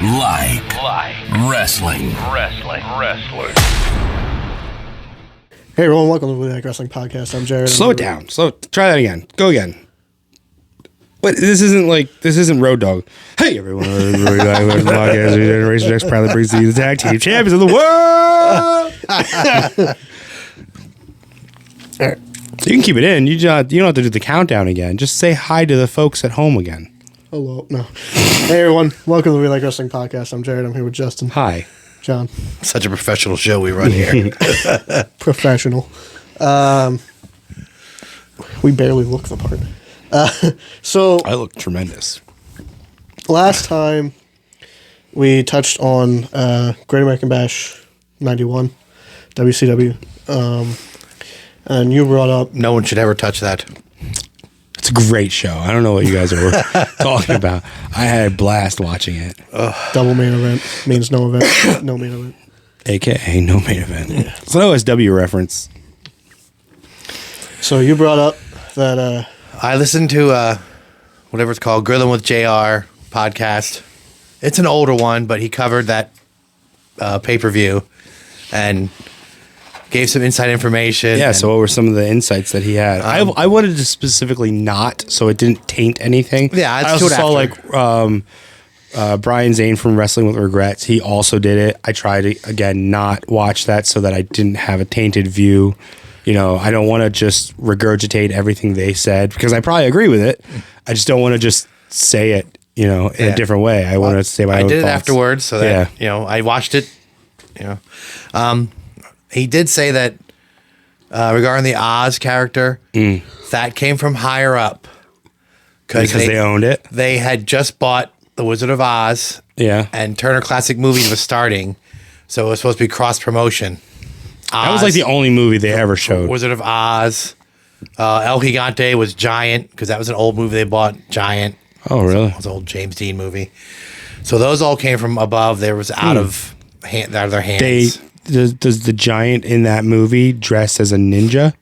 like Like wrestling. wrestling, wrestling. Hey everyone, welcome to the Woodhack Wrestling Podcast. I'm Jared. Slow it down. Slow. Try that again. Go again. But this isn't like this isn't Road Dog. Hey everyone, welcome to the Black Lives podcast Generation X proudly brings to you the tag team champions of the world. so you can keep it in. You don't you don't have to do the countdown again. Just say hi to the folks at home again. Hello. No. Hey everyone, welcome to the We Like Wrestling Podcast. I'm Jared. I'm here with Justin, Hi. John, Such a professional show we run here. professional. Um, we barely look the part. Uh, so I look tremendous. last time we touched on uh, Great American Bash '91, WCW, um, and you brought up no one should ever touch that. It's a great show. I don't know what you guys are talking about. I had a blast watching it. double main event means no event, no main event. AKA no main event. It's an OSW reference. So you brought up that uh, I listened to uh, whatever it's called, Grilling with JR podcast. It's an older one, but he covered that uh, pay per view and gave some inside information. Yeah. and- So what were some of the insights that he had? I, I wanted to specifically not, so it didn't taint anything. Yeah, I let's also do it saw after. like um, uh, Brian Zane from Wrestling with Regrets. He also did it. I tried to again not watch that so that I didn't have a tainted view. You know, I don't want to just regurgitate everything they said because I probably agree with it. I just don't want to just say it. You know, in Yeah. a different way. I want to say my. I own did it thoughts. afterwards, so that you know I watched it. You know, um, he did say that uh, regarding the Oz character, that came from higher up Hmm. because they, owned it. they had just bought The Wizard of Oz Yeah. and Turner Classic Movies was starting, so it was supposed to be cross promotion. That was like the only movie they ever showed. Wizard of Oz. Uh, El Gigante was Giant because that was an old movie they bought. Giant oh, really? it was an old James Dean movie. So those all came from above. There was out of hand, out of their Hmm. They hands. does, does the giant in that movie dress as a ninja,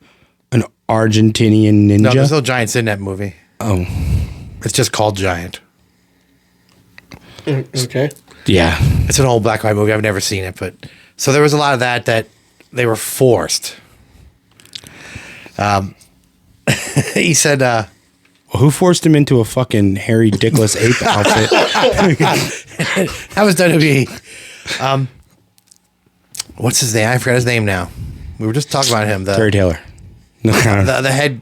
an Argentinian ninja? no, there's no giants in that movie. Oh. it's just called Giant. okay, yeah, It's an old black and white movie. I've never seen it, but so there was a lot of that that they were forced. Um, he said, uh, who forced him into a fucking hairy dickless ape outfit? That was WWE. Um, what's his name? I forgot his name now. We were just talking about him. Terry The Taylor, no, kind of the, the head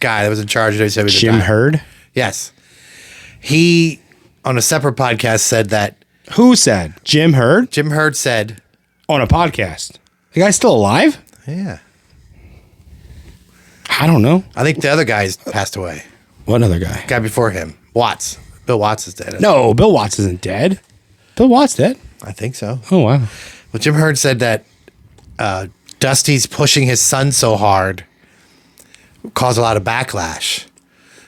guy that was in charge of WWE. at the Jim time. Hurd. Yes. He on a separate podcast said that Who said Jim Hurd Jim Hurd said, on a podcast? The guy's still alive? "Yeah, I don't know. I think the other guy's passed away. What other guy? Guy before him, Watts. Bill Watts is dead. No, Bill Watts isn't dead. Bill Watts dead. I think so. Oh wow. Well, Jim Hurd said that uh, Dusty's pushing his son so hard caused a lot of backlash.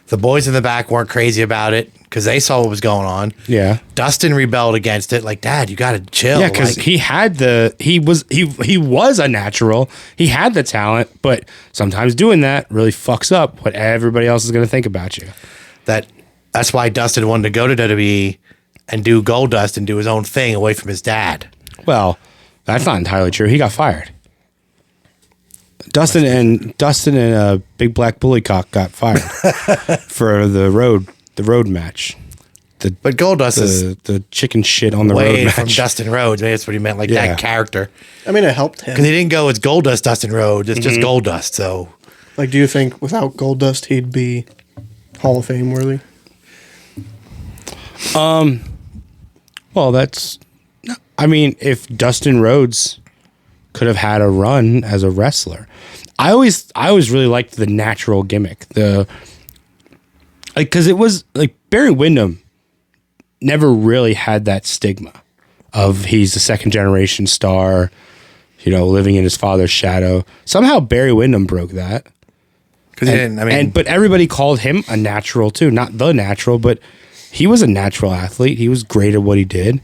The boys in the back weren't crazy about it because they saw what was going on. Yeah. Dustin rebelled against it, like, Dad, you got to chill. Yeah, because Like, he had the he was he he was a natural. He had the talent, but sometimes doing that really fucks up what everybody else is going to think about you. that that's why Dustin wanted to go to WWE and do Gold Dust and do his own thing away from his dad. Well, that's not entirely true. He got fired. Dustin and Dustin and uh, Big Black Bullycock got fired for the road the road match, But Gold Dust is the the chicken shit on the road way match. from Dustin Rhodes. Maybe that's what he meant, like Yeah. that character. I mean it helped him. Because he didn't go as Gold Dust Dustin Rhodes. It's just Gold Dust. So Like, do you think without Gold Dust he'd be Hall of Fame worthy? Well, that's. I mean, if Dustin Rhodes could have had a run as a wrestler, I always, I always really liked the natural gimmick, the like, because it was like Barry Windham never really had that stigma of he's a second generation star, you know, living in his father's shadow. Somehow Barry Windham broke that because he didn't. I mean, and but everybody called him a natural too, not the natural, but he was a natural athlete. He was great at what he did.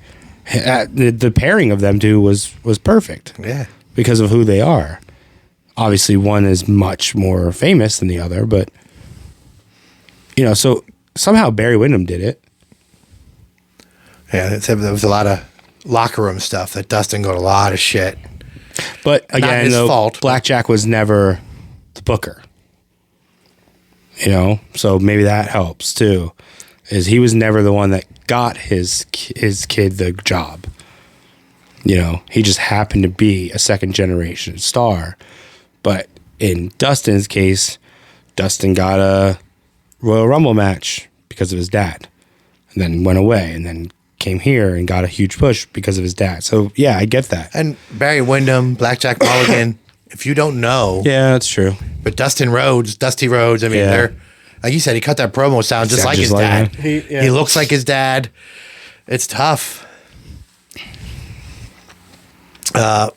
Uh, The, the pairing of them two was was perfect yeah. because of who they are. Obviously, one is much more famous than the other, but you know, so somehow Barry Windham did it. Yeah, it's, there was a lot of locker room stuff that Dustin got a lot of shit. But again, his though, fault, but- Blackjack was never the booker. You know, so maybe that helps too. Is he was never the one that got his ki- his kid the job. You know, he just happened to be a second generation star. But in Dustin's case, Dustin got a Royal Rumble match because of his dad, and then went away, and then came here and got a huge push because of his dad. So yeah, I get that. And Barry Windham, Blackjack Mulligan. If you don't know, Yeah, that's true. but Dustin Rhodes, Dusty Rhodes. I mean, Yeah. they're like you said, he cut that promo sound just Sound like just his like dad. him. He, He- yeah. looks like his dad. It's tough. Uh, Uh,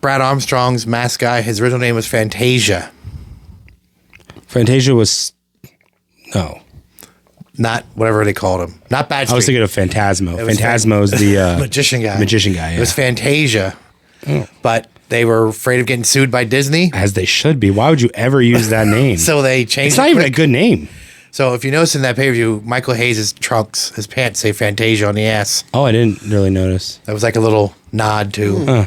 Brad Armstrong's mask guy. His original name was Fantasia, Fantasia was no. not whatever they called him. Not bad. I was thinking of Phantasmo. was Fan- Phantasmo is the uh, magician guy. Magician guy. It was yeah. Fantasia, but they were afraid of getting sued by Disney, As they should be. Why would you ever use that name? so they changed. it's not it even quick. a good name. So if you notice in that pay per view, Michael Hayes' trunks, his pants say Fantasia on the ass. Oh, I didn't really notice. That was like a little nod to. Uh,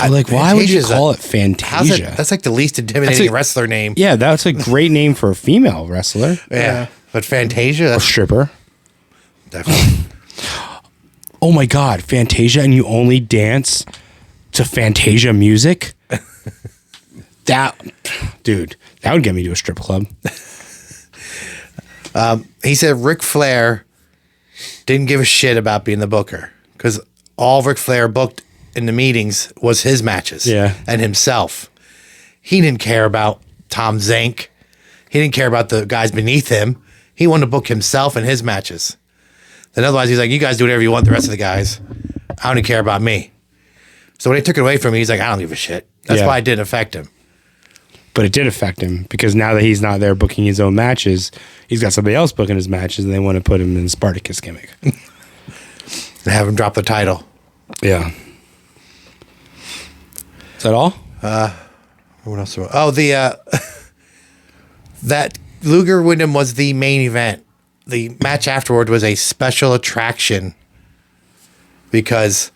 I like. Why would you Fantasia's a- call it How's Fantasia? it? That's like the least intimidating That's a- wrestler name. yeah, that's a great name for a female wrestler Yeah. But Fantasia, Oh, that's stripper. definitely. Oh my God, Fantasia, and you only dance to Fantasia music. that, dude, that would get me to a strip club. He said Ric Flair didn't give a shit about being the booker because all Ric Flair booked in the meetings was his matches Yeah. and himself. He didn't care about Tom Zank. He didn't care about the guys beneath him. He wanted to book himself and his matches. Then otherwise, he's like, you guys do whatever you want, the rest of the guys. I only care about me. So when they took it away from him, he's like, I don't give a shit. That's Yeah. why it didn't affect him. but it did affect him because now that he's not there booking his own matches, he's got somebody else booking his matches, and they want to put him in Spartacus gimmick. and have him drop the title. yeah. Is that all? What else? do I- Oh, the uh, that Luger Wyndham was the main event. The match afterward was a special attraction because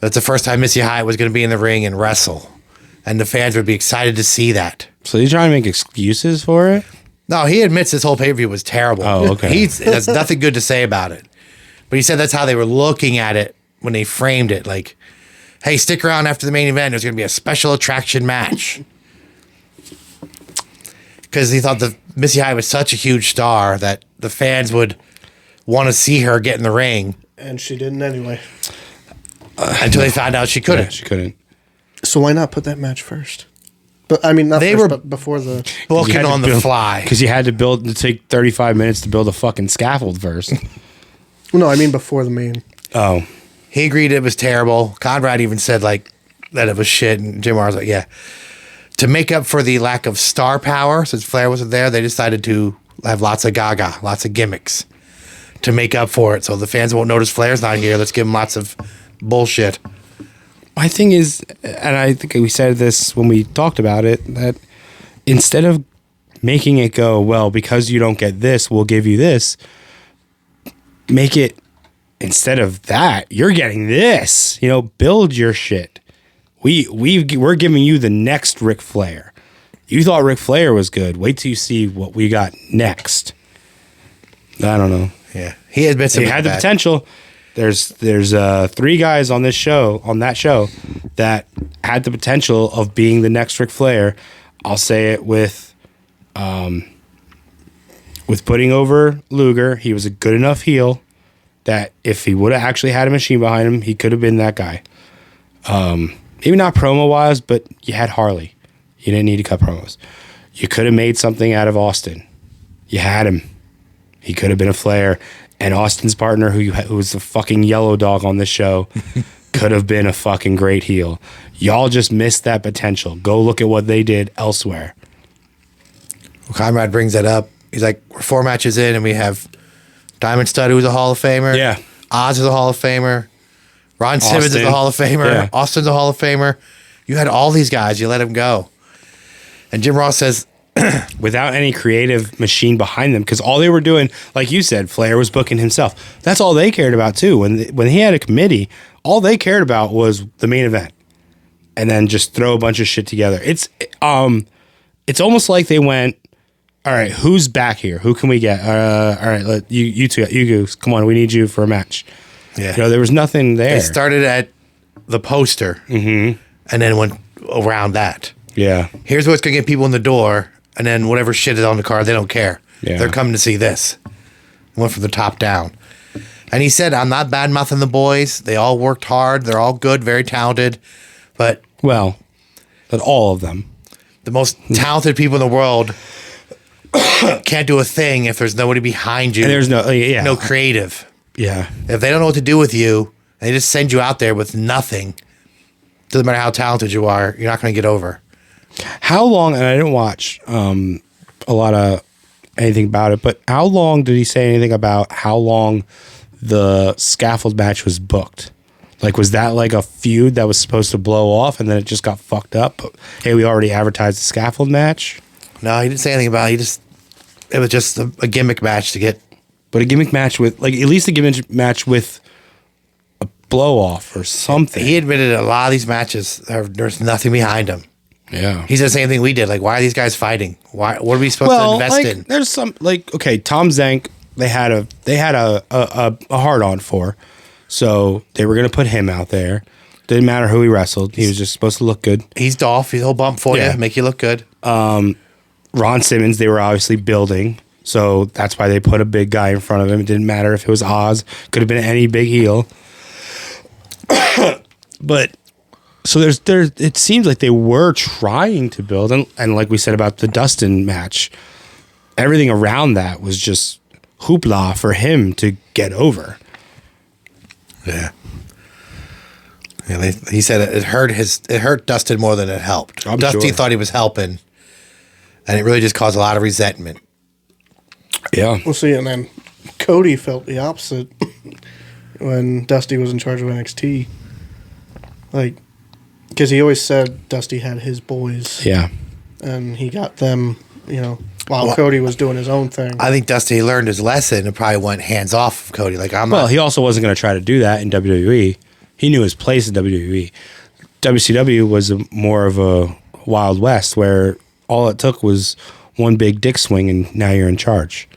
that's the first time Missy Hyatt was going to be in the ring and wrestle, and the fans would be excited to see that. So you're trying to make excuses for it? No, he admits this whole pay per view was terrible. Oh, okay. He's has nothing good to say about it, but he said that's how they were looking at it when they framed it. Like, hey, stick around after the main event. There's going to be a special attraction match because he thought the Missy Hyatt was such a huge star that the fans would want to see her get in the ring and she didn't anyway. until they found out she Yeah, couldn't. she couldn't. So why not put that match first? But I mean, not They first, were- but before the. Booking on the fly. because you had to build to take 35 minutes to build a fucking scaffold first. No, I mean before the main. oh, he agreed it was terrible. Conrad even said like that it was shit, and Jim Mars like, yeah. To make up for the lack of star power, since Flair wasn't there, they decided to have lots of Gaga, lots of gimmicks, to make up for it. So the fans won't notice Flair's not here. Let's give them lots of bullshit. my thing is, and I think we said this when we talked about it, that instead of making it go, well, because you don't get this, we'll give you this, make it instead of that, you're getting this. You know, build your shit. We we we're giving you the next Ric Flair. You thought Ric Flair was good. Wait till you see what we got next. I don't know Yeah, he admits it they was had the bad. potential. There's there's uh, three guys on this show on that show that had the potential of being the next Ric Flair. I'll say it with, um, with putting over Luger, he was a good enough heel that if he would have actually had a machine behind him, he could have been that guy. Um, maybe not promo wise, but you had Harley. You didn't need to cut promos. You could have made something out of Austin. You had him. He could have been a Flair. And Austin's partner, who, you ha- who was the fucking yellow dog on this show, could have been a fucking great heel. Y'all just missed that potential. Go look at what they did elsewhere. Conrad brings that up. He's like, we're four matches in, and we have Diamond Stud, who's a Hall of Famer. Yeah. Oz is a Hall of Famer. Ron Simmons is a Austin. Hall of Famer. Yeah. Austin's a Hall of Famer. You had all these guys. You let them go. And Jim Ross says, without any creative machine behind them because all they were doing, like you said, Flair was booking himself. That's all they cared about too. When when he had a committee, all they cared about was the main event, and then just throw a bunch of shit together. It's um, it's almost like they went, all right, who's back here? Who can we get? Uh, all right, let you you two you goose. Come on, we need you for a match. Yeah. You know, there was nothing there. It started at the poster Mm-hmm. and then went around that. yeah, Here's what's going to get people in the door. And then whatever shit is on the card, they don't care. Yeah. They're coming to see this. Went from the top down. And he said, I'm not bad mouthing the boys. They all worked hard. They're all good, very talented. But well, but all of them. the most talented people in the world can't do a thing if there's nobody behind you. And there's no uh, yeah no creative. yeah If they don't know what to do with you, they just send you out there with nothing. Doesn't matter how talented you are, you're not going to get over. How long? And I didn't watch um, a lot of anything about it, but how long did he say anything about how long the scaffold match was booked? Like, was that like a feud that was supposed to blow off and then it just got fucked up? But, hey, we already advertised the scaffold match, No, he didn't say anything about it. He just, it was just a, a gimmick match to get. but a gimmick match with like at least a gimmick match with a blow off or something. He admitted a lot of these matches, there- there's nothing behind them. yeah. He's the same thing we did. Like, why are these guys fighting? Why? What are we supposed well, to invest like, in? there's some like okay, Tom Zank. They had a they had a a, a, a hard on for, so they were gonna put him out there. Didn't matter who he wrestled. He was just supposed to look good. He's Dolph. He'll bump for Yeah. you, make you look good. Ron Simmons. They were obviously building, so that's why they put a big guy in front of him. It didn't matter if it was Oz. Could have been any big heel. but so there's there. It seems like they were trying to build, and and like we said about the Dustin match, everything around that was just hoopla for him to get over. yeah. Yeah, they, he said it, it hurt his. It hurt Dustin more than it helped. I'm Dusty sure. thought he was helping, and it really just caused a lot of resentment. Yeah, We'll see. And then Cody felt the opposite when Dusty was in charge of NXT. Like, because he always said Dusty had his boys yeah, and he got them, you know, while Well, Cody was doing his own thing. I think Dusty learned his lesson and probably went hands off of Cody. Like I'm Well, not. he also wasn't going to try to do that in WWE. He knew his place in E. WWE. WCW was a, more of a Wild West where all it took was one big dick swing, and now you're in charge.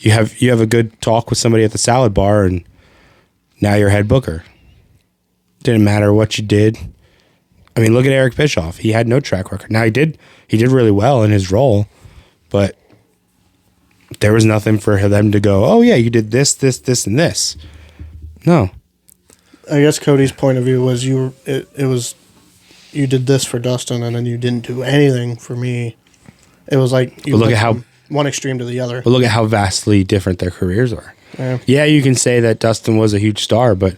You have you have a good talk with somebody at the salad bar, and now you're head booker. Didn't matter what you did. I mean, look at Eric Bischoff. He had no track record. Now he did he did really well in his role, but there was nothing for them to go, oh, yeah, you did this, this, this, and this. No. I guess Cody's point of view was you were, it, it was you did this for Dustin and then you didn't do anything for me. It was like you But look went at how- from one extreme to the other. But look at how vastly different their careers are. Yeah. Yeah, you can say that Dustin was a huge star, but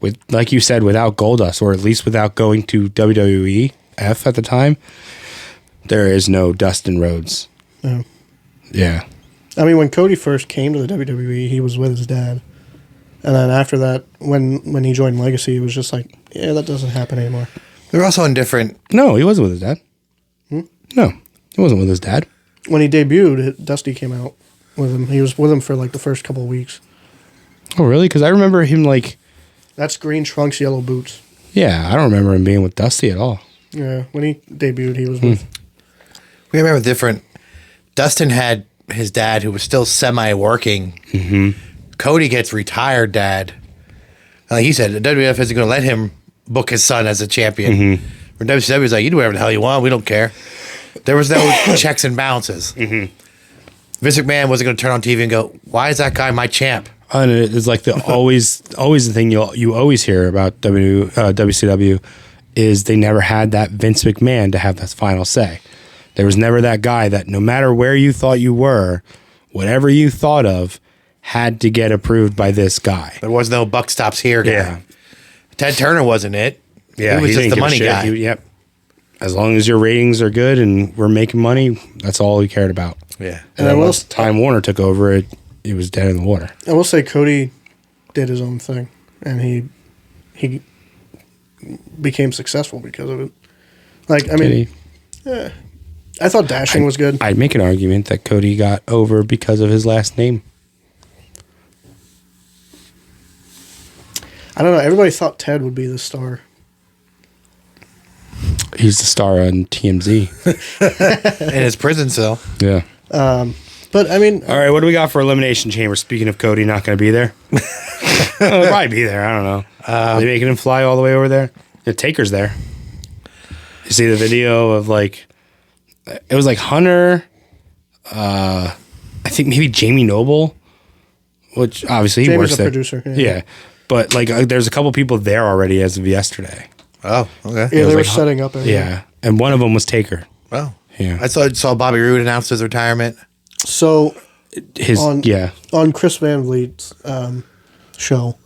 with like you said, without Goldust, or at least without going to WWE F at the time, there is no Dustin Rhodes. Yeah. Yeah. I mean, when Cody first came to the WWE, he was with his dad, and then after that, when when he joined Legacy, it was just like, yeah, that doesn't happen anymore. They're also in different. No, he wasn't with his dad. Hmm? No, he wasn't with his dad. When he debuted, it- Dusty came out with him. He was with him for like the first couple of weeks. Oh, really? Because I remember him like, That's green trunks, yellow boots. yeah, I don't remember him being with Dusty at all. Yeah, when he debuted, he was with. Hmm. We remember different. Dustin had his dad who was still semi working. Mm-hmm. Cody gets retired dad. And Like he said, the WWF isn't going to let him book his son as a champion. Mm-hmm. When WCW was like, you do whatever the hell you want. We don't care. There was no checks and balances. Mm-hmm. Vince McMahon wasn't going to turn on TV and go, why is that guy my champ? And it is like the always, always the thing you you always hear about W uh, WCW is they never had that Vince McMahon to have that final say. There was never that guy that no matter where you thought you were, whatever you thought of, had to get approved by this guy. There was no buck stops here guy. Yeah. Ted Turner wasn't it. He was just didn't the give a money shit. guy. He- yep. As long as your ratings are good and we're making money, that's all he cared about. yeah. And I then will once Time Warner took over, it it was dead in the water. I will say Cody did his own thing, and he he became successful because of it. Like I Did mean, he? I thought Dashing was good. I'd make an argument that Cody got over because of his last name. I don't know. Everybody thought Ted would be the star. He's the star on TMZ. in his prison cell. yeah. But I mean, All right, what do we got for Elimination Chamber? Speaking of Cody not going to be there, He'll probably be there. I don't know. Uh, they making him fly all the way over there. The Taker's there. You see the video of like, it was like Hunter, uh, I think maybe Jamie Noble, which obviously he Jamie's works a there. producer, yeah. Yeah. but like uh, there's a couple people there already as of yesterday. Oh, okay. yeah, was they were like hot- setting up. Everything. Yeah, and one of them was Taker. Well, Yeah. I saw saw Bobby Roode announce his retirement. So His on yeah, on Chris Van Vliet's um, show,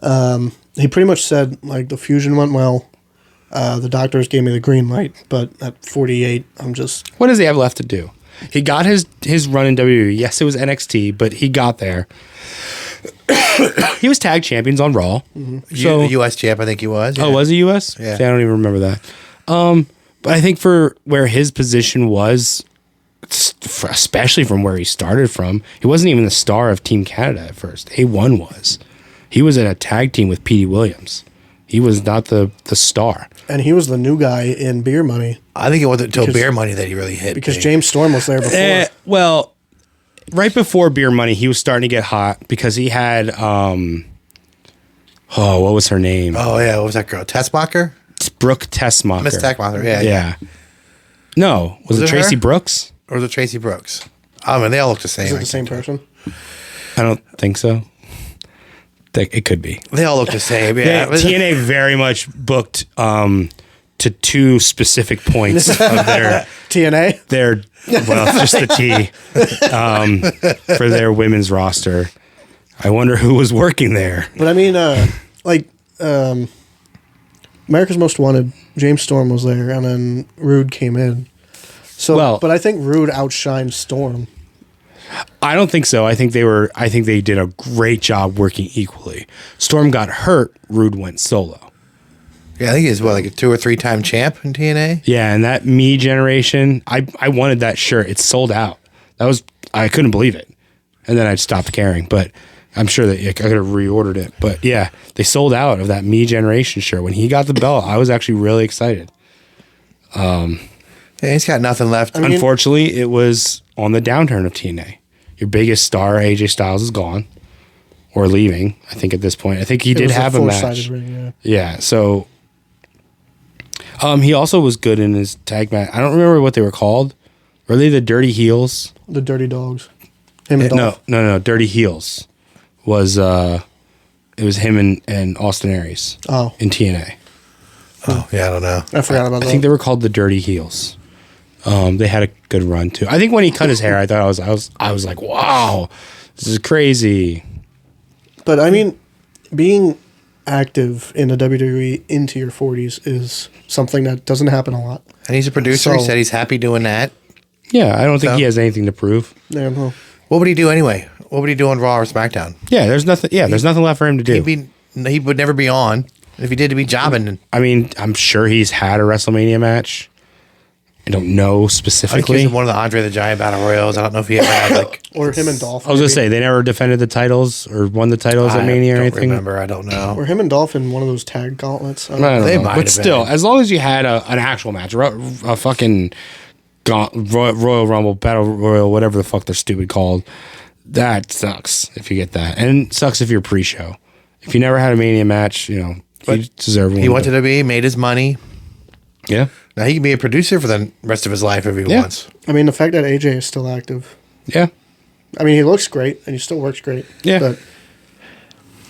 um, he pretty much said like the fusion went well. Uh, the doctors gave me the green light, but at 48, I'm just What does he have left to do? He got his his run in WWE. Yes, it was NXT, but he got there. he was tag champions on Raw. So U- U.S. champ, I think he was. oh, Mm-hmm. yeah. was he US? Yeah. See, I don't even remember that. Um, but I think for where his position was, s- for- especially from where he started from, he wasn't even the star of Team Canada at first. A one was. He was in a tag team with Petey Williams. He was not the the star. and he was the new guy in Beer Money I think it wasn't until Because- Beer Money that he really hit. because big. James Storm was there before. Eh, well, right before Beer Money, he was starting to get hot because he had um oh, what was her name? Oh yeah, what was that girl? Tessmacher, It's Brooke Tessmacher. Miss Tessmacher. Yeah, yeah. Yeah. No, was, Was it, it Tracy her? Brooks? Or was it Tracy Brooks? I mean, they all look the same. Is it the same person? I don't think so. Think- It could be. They all look the same. Yeah, Yeah. TNA very much booked um, to two specific points of their TNA. their well, it's just the T um, for their women's roster. I wonder who was working there. But I mean, uh, like, um, America's Most Wanted, James Storm was there, and then Rude came in. So, Well- but I think Rude outshined Storm. I don't think so. I think they were. I think they did a great job working equally. Storm got hurt. Rude went solo. Yeah, I think he's what like a two or three time champ in TNA. Yeah, and that me generation. I I wanted that shirt. It's sold out. That was I couldn't believe it, and then I stopped caring. But I'm sure that I could have reordered it. But yeah, they sold out of that me generation shirt when he got the belt. I was actually really excited. Yeah, he's got nothing left. mean- Unfortunately, it was on the downturn of TNA. Your biggest star, AJ Styles, is gone or leaving. I think at this point, I think he did was have a match. four-sided ring, yeah. Yeah. So, um, he also was good in his tag match. I don't remember what they were called. Were they the Dirty Heels? The Dirty Dogs. Him and No, Dolph. no, no. Dirty Heels was uh, it was him and and Austin Aries Oh, in TNA. oh, yeah, I don't know. I forgot about I that. think they were called the Dirty Heels. Um, they had a good run too. I think when he cut his hair, I thought I was I was I was like, wow, this is crazy. but I mean, being active in the WWE into your 40s is something that doesn't happen a lot. And he's a producer. he So- said he's happy doing that. Yeah, I don't think So- he has anything to prove. Yeah, well, What would he do anyway? What would he do on Raw or SmackDown? Yeah, there's nothing. Yeah, there's nothing left for him to do. He'd be he would never be on. If he did, he'd be jobbing. And I mean, I'm sure he's had a WrestleMania match. I don't know I think he was specifically. in one of the Andre the Giant Battle Royals. I don't know if he ever had like. or him and Dolph. I was gonna maybe. say they never defended the titles or won the titles I at Mania or don't anything. remember. I don't know. Or him and Dolph in one of those tag gauntlets. I don't I don't They know. might but have still, been. as long as you had a, an actual match, a, a fucking gaunt, Roy, Royal Rumble, Battle Royal, whatever the fuck they're stupid called, that sucks if you get that, and it sucks if you're pre-show. If you never had a Mania match, you know you deserve one. He went to but- WWE, made his money. yeah, Now he can be a producer for the rest of his life if he Yeah. wants. I mean, the fact that AJ is still active. yeah, I mean, he looks great and he still works great. Yeah. But,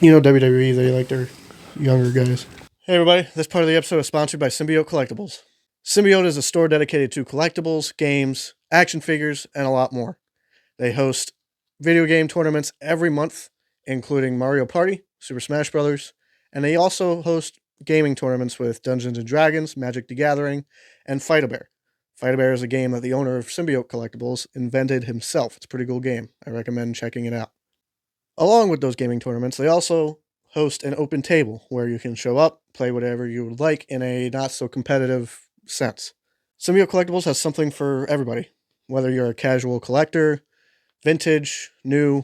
you know, WWE, they like their younger guys. Hey, everybody. This part of the episode is sponsored by Symbiote Collectibles. Symbiote is a store dedicated to collectibles, games, action figures, and a lot more. They host video game tournaments every month, including Mario Party, Super Smash Brothers, and they also host gaming tournaments with Dungeons and Dragons, Magic the Gathering, and Fight a Bear. Fight a Bear is a game that the owner of Symbiote Collectibles invented himself. It's a pretty cool game. I recommend checking it out. Along with those gaming tournaments, they also host an open table where you can show up, play whatever you would like in a not so competitive sense. Symbiote Collectibles has something for everybody, whether you're a casual collector, vintage, new.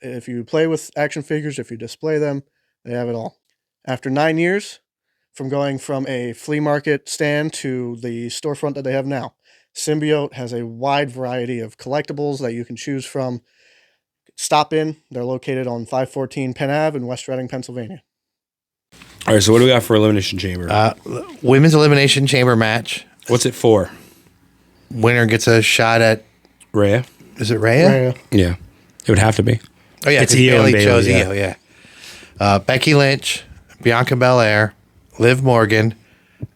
If you play with action figures, if you display them, they have it all. After nine years, from going from a flea market stand to the storefront that they have now, Symbiote has a wide variety of collectibles that you can choose from. Stop in. They're located on 514 Penn Ave in West Reading, Pennsylvania. All right, so what do we got for Elimination Chamber? Uh, l- women's elimination chamber match. What's it for? Winner gets a shot at. Rhea? Is it Rhea? Yeah. Yeah. It would have to be. Oh yeah, It's because Io and Bailey Bayley, chose yeah. Io. Yeah. Uh, Becky Lynch, Bianca Belair, Liv Morgan,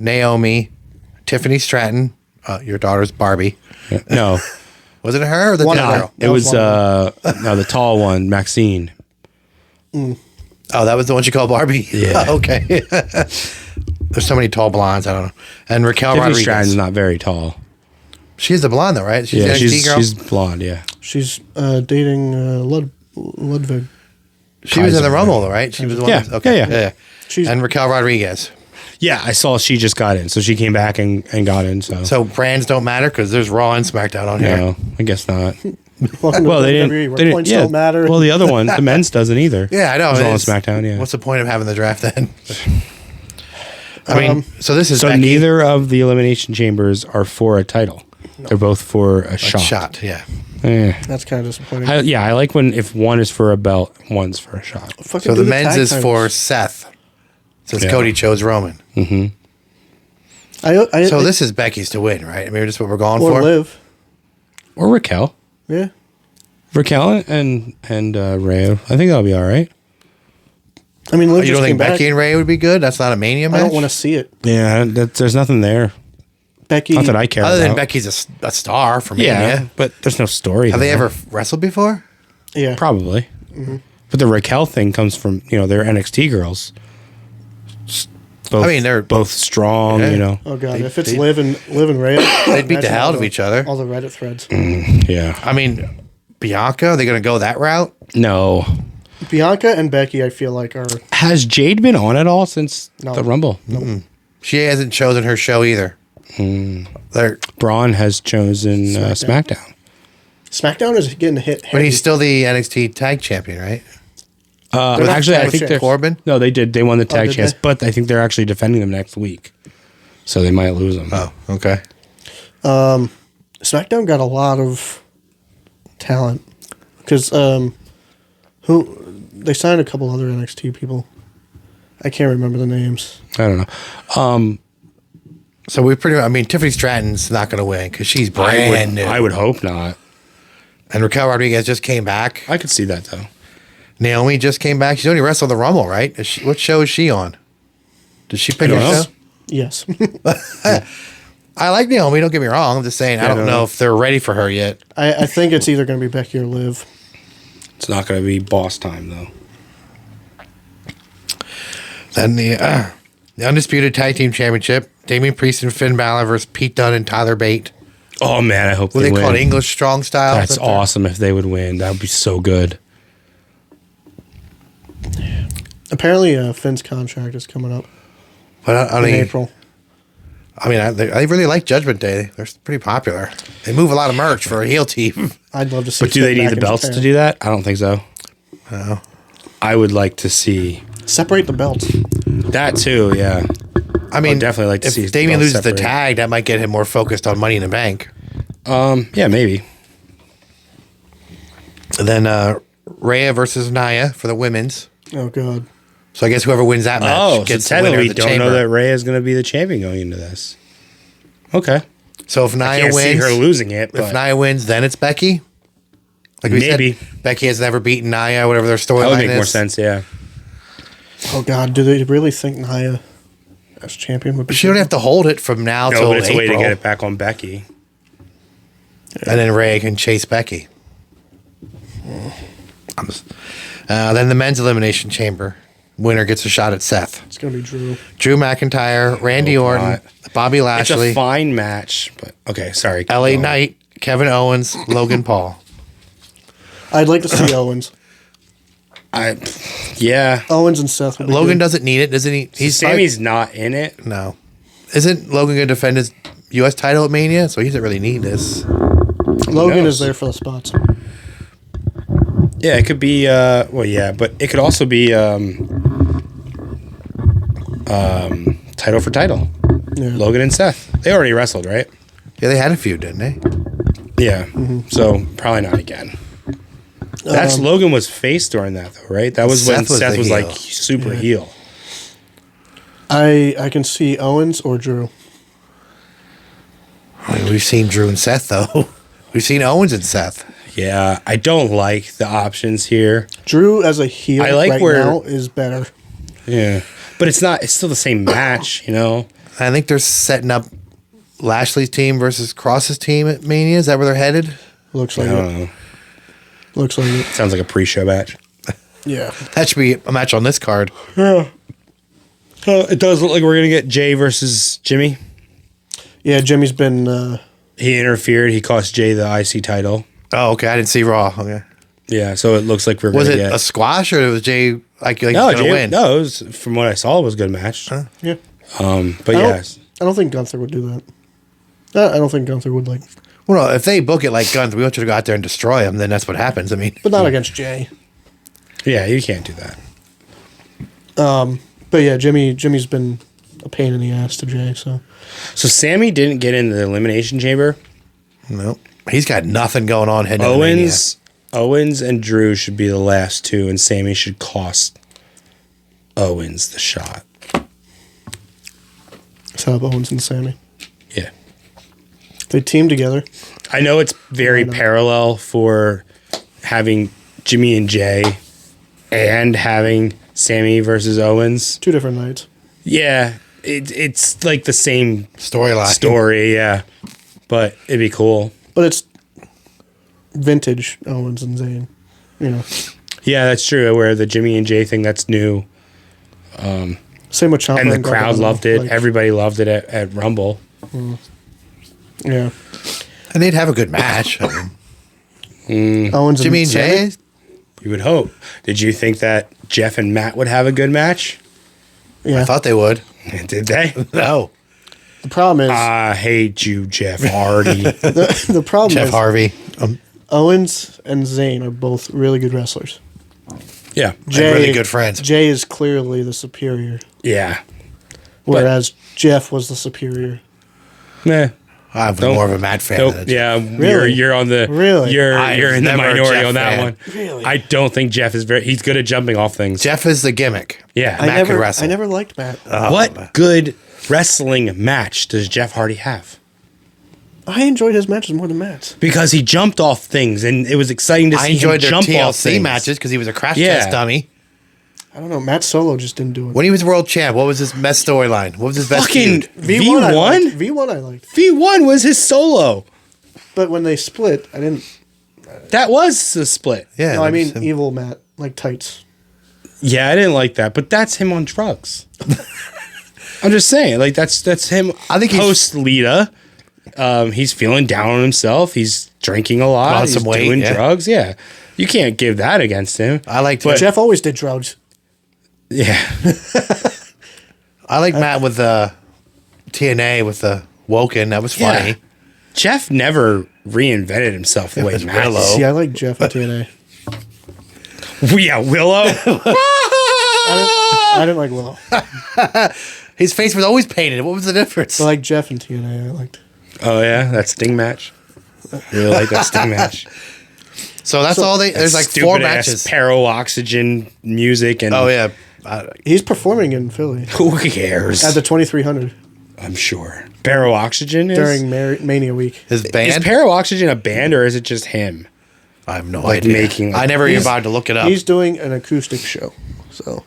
Naomi, Tiffany Stratton. Uh, your daughter's Barbie. No. Was it her or the One other of girl? them. It was one uh no, the tall one, Maxine. Oh, that was the one she called Barbie. Yeah. okay. There's so many tall blondes. I don't know. And Raquel Tiffany Oh, Rodriguez. Stratton's not very tall. She's a blonde though, right? She's Yeah, an NXT she's girl. she's blonde, yeah. She's uh, dating uh, Lud- Ludwig. she was in the Kaiser. Rumble though, right? She was the one. Yeah, that- Okay. yeah, yeah. She's- and Raquel Rodriguez. Yeah, I saw she just got in, so she came back and, and got in. So, So brands don't matter because there's Raw and SmackDown on here. no, I guess not. Welcome to Well, they E, WWE, where didn't. they didn't- points yeah. don't matter. Well, the other one, the men's doesn't either. Yeah, I know. It's all on It's- SmackDown. Yeah. What's the point of having the draft then? I mean, Um, so this is so Becky- neither of the elimination chambers are for a title. They're both for a, shot. shot. Yeah. Eh. That's kind of disappointing. I, yeah, I like when if one is for a belt, one's for a shot. Fucking So do the men's tag is for titles. Seth, since Yeah. Cody chose Roman. I, I, So this is Becky's to win, right? I mean, that's what we're going or for. live. Or Raquel, Yeah. Raquel and and uh, Rayo. I think that'll be all right. I mean, Liv Oh, You just don't came think back. Becky and Ray would be good? That's not a mania match. I don't want to see it. Yeah, that, there's nothing there. Becky. Not that I care. Other than about. Becky's a s- a, star for me. yeah, but there's no story. Have they there. ever Mm-hmm. wrestled before? Yeah. Probably. But the Raquel thing comes from you know they're NXT girls. S- Both, I mean, they're- both strong. Yeah. You know, oh god, They- if it's they- live and live and Ray, They'd beat the hell out of each other. All the Reddit threads. yeah. I mean, Bianca, are they going to go that route? No, Bianca and Becky, I feel like are has Jade been on at all since No. the Rumble? She hasn't chosen her show either. Hmm. They're- Braun has chosen SmackDown. Uh, SmackDown. SmackDown. SmackDown is getting hit. but Heavy. he's still the NXT tag champion, right? Uh, not actually, I tag think champs. they're Corbin? Oh, No, they did. They won the tag did chance, they? but I think they're actually defending them next week, so they might lose them. Oh, okay. SmackDown got a lot of talent because um, who they signed a couple other NXT people. I can't remember the names. I don't know. So we pretty. I mean, Tiffany Stratton's not going to win because she's brand I would, new. I would hope not. And Raquel Rodriguez just came back. I could see that though. Naomi just came back. She's only wrestled the Rumble, right? Is she, what show is she on? Did she pick I her don't know. show? Yes, I like Naomi. Don't get me wrong. I'm just saying I I don't, don't know know. if they're ready for her yet. I, I think it's either going to be Becky or Liv. It's not going to be boss time though. Then the uh, the undisputed tag team championship: Damian Priest and Finn Balor versus Pete Dunne and Tyler Bate. Oh man, I hope What they, do they win. call it? English Strong Style. or That's something? awesome if they would win. That would be so good. Apparently, uh, Finn's contract is coming up But I, I in mean, April. I mean, I, they, I really like Judgment Day. They're pretty popular. They move a lot of merch for a heel team. I'd love to see. But do they Finn need back the in belts to Japan. do that? I don't think so. I would like to see Separate the belts. that too. Yeah, I mean, Oh, definitely like to if see Damien both loses the separated. tag, that might get him more focused on Money in the Bank. yeah, maybe. And then uh, Rhea versus Naya for the women's. Oh god. So I guess whoever wins that match Oh, so gets the winner technically, of we the don't chamber. know that Ray is going to be the champion going into this. Okay, So if I Naya can't see wins, her losing it, if but Naya wins, then it's Becky. Like we Maybe. said, Becky has never beaten Naya. Whatever their that would storyline make more is. sense. Yeah, Oh god. Do they really think Naya as champion would be? But she don't have to hold it from now no, till but it's a way to April, get it back on Becky. and then Rhea can chase Becky. I'm just- uh, then the men's elimination chamber winner gets a shot at Seth. It's going to be Drew. Drew McIntyre, Randy hope Orton, not. Bobby Oh, It's Lashley, a fine match, but okay, sorry. keep LA going. Knight, Kevin Owens, Logan Paul. I'd like to see Owens. I, yeah, Owens and Seth. Would be Logan good. doesn't need it, doesn't he? He's Sammy's not in it. no. Isn't Logan going to defend his U.S. title at Mania, so he doesn't really need this. Logan knows? is there for the spots. Yeah, it could be. Uh, well, yeah, but it could also be um, um, title for title. Yeah. Logan and Seth. They already wrestled, right? Yeah, they had a few, didn't they? Yeah. Mm-hmm. So probably not again. That's Um, Logan was face during that though, right? That was when Seth was Seth the was heel. like super heel. I I can see Owens or Drew. I mean, we've seen Drew and Seth though. We've seen Owens and Seth. Yeah, I don't like the options here. Drew as a heel I like right where- now is better. Yeah, but it's not. It's still the same match, you know. I think they're setting up Lashley's team versus Cross's team at Mania. Is that where they're headed? Looks I like don't it. know. Looks like it. Sounds like a pre-show match. Yeah. That should be a match on this card. Uh, it does look like we're gonna get Jay versus Jimmy. Yeah, Jimmy's been uh, He interfered. He cost Jay the IC title. Oh, okay. I didn't see Raw. Okay. Yeah, so it looks like we're Was gonna it get a squash or was Jay like, like he's no. gonna Jay, win? No, it was, from what I saw, it was a good match. yeah. Um, but I don't, yes, I don't think Gunther would do that. Uh, I don't think Gunther would like Well, no, if they book it like guns, we want you to go out there and destroy them. Then that's what happens. I mean, but not against Jay. yeah, you can't do that. But yeah, Jimmy Jimmy's been a pain in the ass to Jay, so So Sammy didn't get into the elimination chamber. no, he's got nothing going on. Heading into Mania. Owens, Owens, and Drew should be the last two, and Sammy should cost Owens the shot. set up Owens and Sammy. Yeah, They teamed together. I know it's very Why not? parallel for having Jimmy and Jay, and having Sammy versus Owens. Two different nights. Yeah, it, it's like the same storyline. story. Yeah, but it'd be cool. But it's vintage Owens and Zayn. You know. Yeah, that's true. Where the Jimmy and Jay thing, that's new. Same with Ciampa And the Gargano, crowd loved it. like- Everybody loved it at, at Rumble. yeah. and they'd have a good match. I mean, Owens Mm. Jimmy and Sammy? Jay. You would hope. Did you think that Jeff and Matt would have a good match? Yeah. I thought they would. Did they? No, the problem is Uh, I hate you, Jeff Hardy. the, the problem Jeff is Harvey. Um, Owens and Zayn are both really good wrestlers. yeah. They're really good friends. Jay is clearly the superior, Yeah. whereas Jeff was the superior. Nah. I was Nope. more of a Matt fan. Nope. than- Yeah, you're Really? you're on the Really? you're I you're was in the never a minority Jeff on that fan. one. Really? I don't think Jeff is very. He's good at jumping off things. Jeff is the gimmick. Yeah. Matt I never, could wrestle. Uh. I never liked Matt. what um, good wrestling match does Jeff Hardy have? I enjoyed his matches more than Matt's. Because he jumped off things, and it was exciting to see I enjoyed him their jump off TLC things. matches because he was a crash Yeah. test dummy. I don't know. Matt Solo just didn't do it. When he was world champ, what was his best storyline? What was his best Fucking feud? I liked. V1? V1 I liked. V1 was his solo. But when they split, I didn't. That was the split. Yeah, no, I that was mean, him. evil Matt, like tights. Yeah, I didn't like that, but that's him on drugs. I'm just saying, like that's that's him. I think he's- post Lita, um, he's feeling down on himself. He's drinking a lot. Lost He's some weight, doing yeah. Uh, drugs. Yeah, you can't give that against him. I liked But- Jeff. Jeff always did drugs. Yeah, I liked Matt with uh, the TNA with the Woken. That was Yeah. funny. Jeff never reinvented himself the way was Matt. Willow. See, I like Jeff in TNA. yeah, Willow. I didn't like Willow. I His face was always painted. What was the difference? like Jeff in TNA. I liked. oh yeah, that Sting match. Really like that Sting match. so that's all they. There's like four Stupid-ass matches. Paro oxygen music and oh yeah, I, He's performing in Philly who cares? at the 2300 I'm sure. Paro Oxygen is during Mar- Mania Week. his is band. Paro Oxygen a band or is it just him? I have no idea. making- I never even He's- bothered to look it up. He's doing an acoustic show, so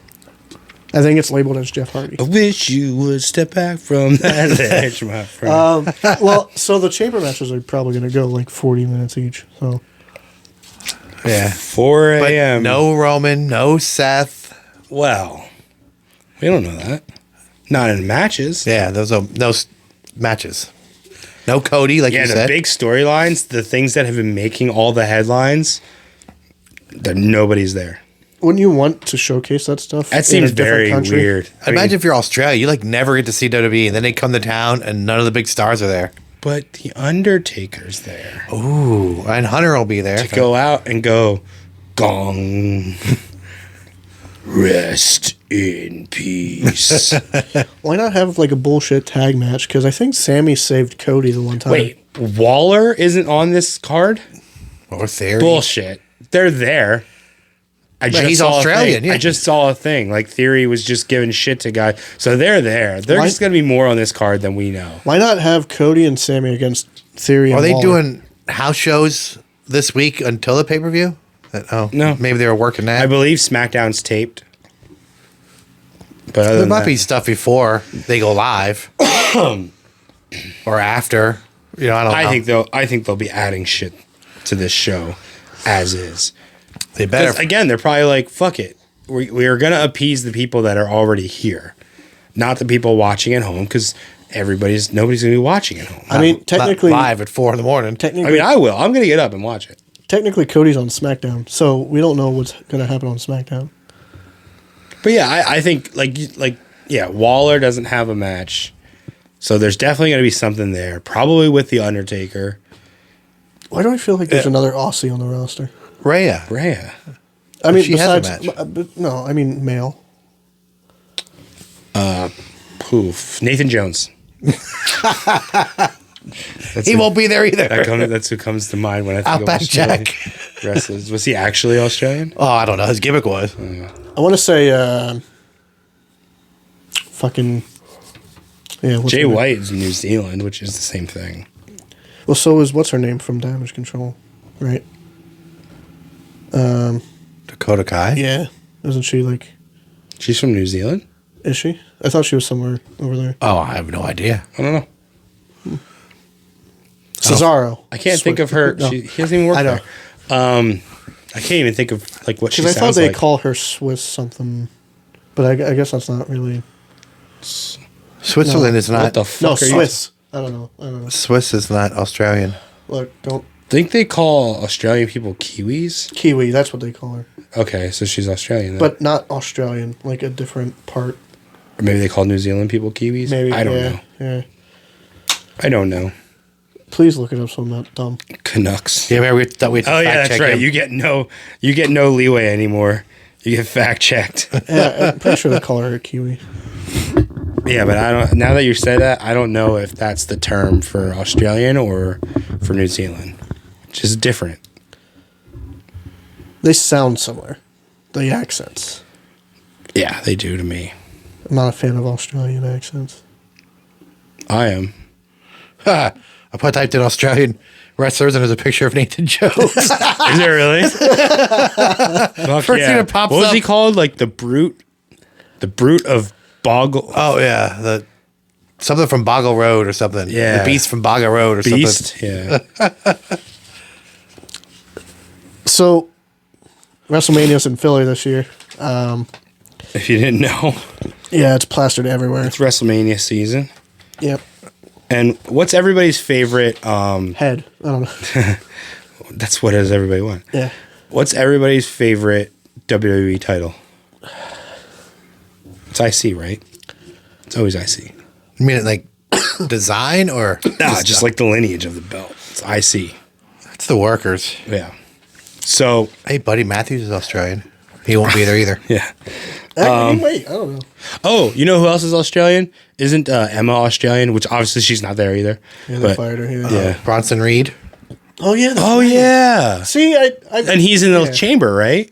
I think it's labeled as Jeff Hardy. I wish you would step back from that ledge, my friend. Um, well, so the chamber matches are probably going to go like 40 minutes each. So yeah, 4 but a.m. no Roman, no Seth. well, we don't know that. Not in matches. Yeah, those are those matches. No Cody, like Yeah, you the said. big storylines, the things that have been making all the headlines, that nobody's there. wouldn't you want to showcase that stuff? in a That seems different very country? weird. I Imagine mean, if you're Australia, you like never get to see WWE, and then they come to town, and none of the big stars are there. but the Undertaker's there Ooh, and Hunter will be there. to go out and go gong. Rest in peace. Why not have like a bullshit tag match? Because I think Sammy saved Cody the one time. Wait, Waller isn't on this card? or Theory. Bullshit. They're there. I just he's saw a thing. Australian, yeah. I just saw a thing. Like Theory was just giving shit to guys. So they're there. There's Why- just gonna be more on this card than we know. Why not have Cody and Sammy against Theory? Are and they Waller? doing house shows this week until the pay per view? Oh No. maybe they were working that. I believe SmackDown's taped. But other there than might that- be stuff before they go live or after. You know, I don't. I know. think they'll I think they'll be adding shit to this show as is. they 'Cause better. again, they're probably like, fuck it. We, we are going to appease the people that are already here, not the people watching at home because everybody's, nobody's going to be watching at home. I mean, not technically, uh, live at four in the morning. I technically, mean, I will. I'm going to get up and watch it. technically, Cody's on SmackDown, so we don't know what's going to happen on SmackDown. But yeah, I, I think like, you- like, yeah, Waller doesn't have a match. So there's definitely going to be something there, probably with The Undertaker. Why do I feel like there's another Aussie on the roster? Rhea. Rhea. I mean, she has a besides, match. uh, but no, I mean male. Poof. Nathan Jones. That's He who- won't be there That either. come, that's who comes to mind when I think Outback of Australian Jack. wrestlers. Was he actually Australian? Oh, I don't know. His gimmick was Mm. I want to say, uh, fucking, yeah. What's Jay her name? White is New Zealand, which is the same thing. Well, so is what's her name from Damage Control, right? Dakota Kai. Yeah, isn't she like? She's from New Zealand. Is she? I thought she was somewhere over there. Oh, I have no idea. I don't know. Cesaro. I can't think of her. She, he doesn't even work I know. there. Um, I can't even think of like what she Because sounds I thought they like. call her Swiss something, but I, I guess that's not really. Switzerland is what not. the fuck No, are you- Swiss. I don't know. I don't know. Swiss is not Australian. Look, don't Think they call Australian people Kiwis? Kiwi. That's what they call her, Okay, so she's Australian. Then. but not Australian. Like a different part. or maybe they call New Zealand people Kiwis. Maybe. I don't yeah, know. Yeah. I don't know. Please look it up so I'm not dumb. Canucks. Yeah, remember we thought we had to Oh yeah, fact that's check right. him. You get no, you get no leeway anymore. You get fact checked. Yeah, Eh, I'm pretty sure they call her a Kiwi. Yeah, but I don't. Now that you said that, I don't know if that's the term for Australian or for New Zealand, which is different. They sound similar. The accents. Yeah, they do to me. I'm not a fan of Australian accents. I am. Ah, I put typed in Australian wrestlers and there's a picture of Nathan Jones. Is it really? First thing that pops what was up. he called? Like the brute, the brute of Boggle oh yeah, the something from Boggle Road or something. Yeah. the Beast from Boggle Road or something. Beast. Yeah, So, WrestleMania's in Philly this year. if you didn't know, Yeah, it's plastered everywhere. it's WrestleMania season. Yep. And what's everybody's favorite? Um, Head. I don't know. that's what does everybody want. Yeah. What's everybody's favorite WWE title? It's IC, right? It's always IC. You mean it like design or Nah, just, like the lineage of the belt. It's IC. it's the workers? Yeah. So Hey, Buddy Matthews is Australian. He won't be there either. yeah. Um, Actually, wait, I don't know. Oh, you know who else is Australian? Isn't uh, Emma Australian? Which obviously she's not there either. Yeah, they but- fired her. Yeah. yeah. Bronson Reed. Oh yeah. that's Oh right. yeah. See, I, I And he's in the yeah. chamber, right?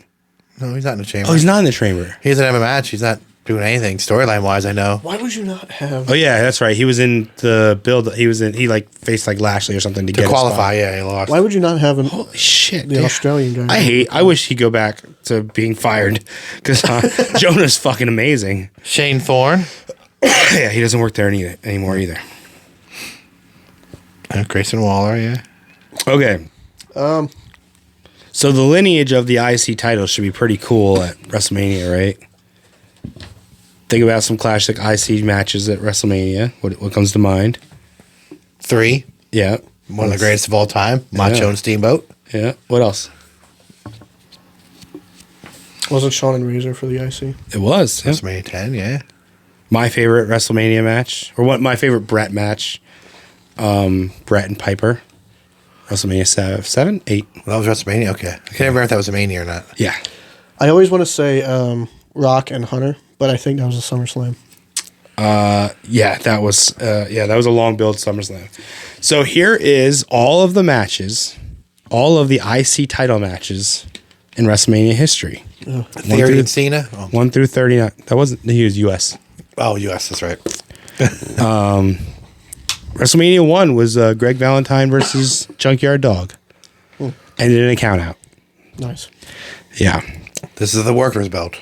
No, he's not in the chamber. Oh, he's not in the chamber. he doesn't have a match. He's not doing anything storyline wise. I know. Why would you not have? Oh yeah, that's right. He was in the build. He was in. He like faced like Lashley or something to, To get a spot. qualify, yeah, he lost. Why would you not have an Shit, the dude. Australian guy? Oh, I hate. I wish he'd go back to being fired because uh, Jonah's fucking amazing. Shane Thorne. yeah, he doesn't work there any, anymore either. Uh, Grayson Waller. Yeah. Okay. Um. So the lineage of the IC title should be pretty cool at WrestleMania, right? Think about some classic IC matches at WrestleMania. What what comes to mind? Three. Yeah. One of the greatest of all time. Macho Yeah. and Steamboat. Yeah. What else? Wasn't Sean and Razor for the IC? It was yeah. WrestleMania 10, yeah. my favorite WrestleMania match, or what my favorite Brett match. Um, Brett and Piper, WrestleMania seven, seven, eight. Well, that was WrestleMania. Okay. I can't remember if that was a Mania or not. Yeah, I always want to say um, Rock and Hunter, but I think that was a SummerSlam. yeah, that was uh, yeah, that was a long build SummerSlam. So here is all of the matches, all of the IC title matches in WrestleMania history. One Theory through, and Cena. Oh, one through thirty nine. That wasn't he was US. oh, US, that's right. WrestleMania one was uh, Greg Valentine versus Junkyard Dog, ended in a count out. Nice. Yeah. This is the workers' belt.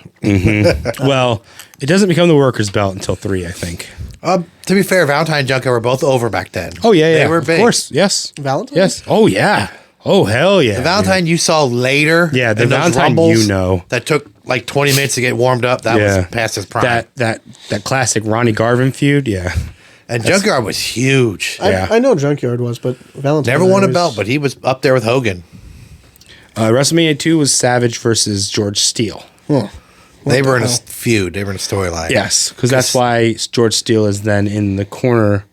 Well, it doesn't become the workers' belt until three, I think. Um, to be fair, Valentine and Junko were both over back then. Oh yeah, yeah. They were of big. course, yes. Valentine? Yes. Oh yeah. Oh hell yeah. The Valentine you saw later. Yeah, the in those Valentine you know. That took like 20 minutes to get warmed up. That Yeah. was past his prime. That that that classic Ronnie Garvin feud. Yeah. and Junkyard was huge. I, Yeah. I know Junkyard was, but Valentine. Never won a always- belt, but he was up there with Hogan. Uh, WrestleMania two was Savage versus George Steele. Huh. they the were in a hell? feud. They were in a storyline. Yes, because that's why George Steele is then in the corner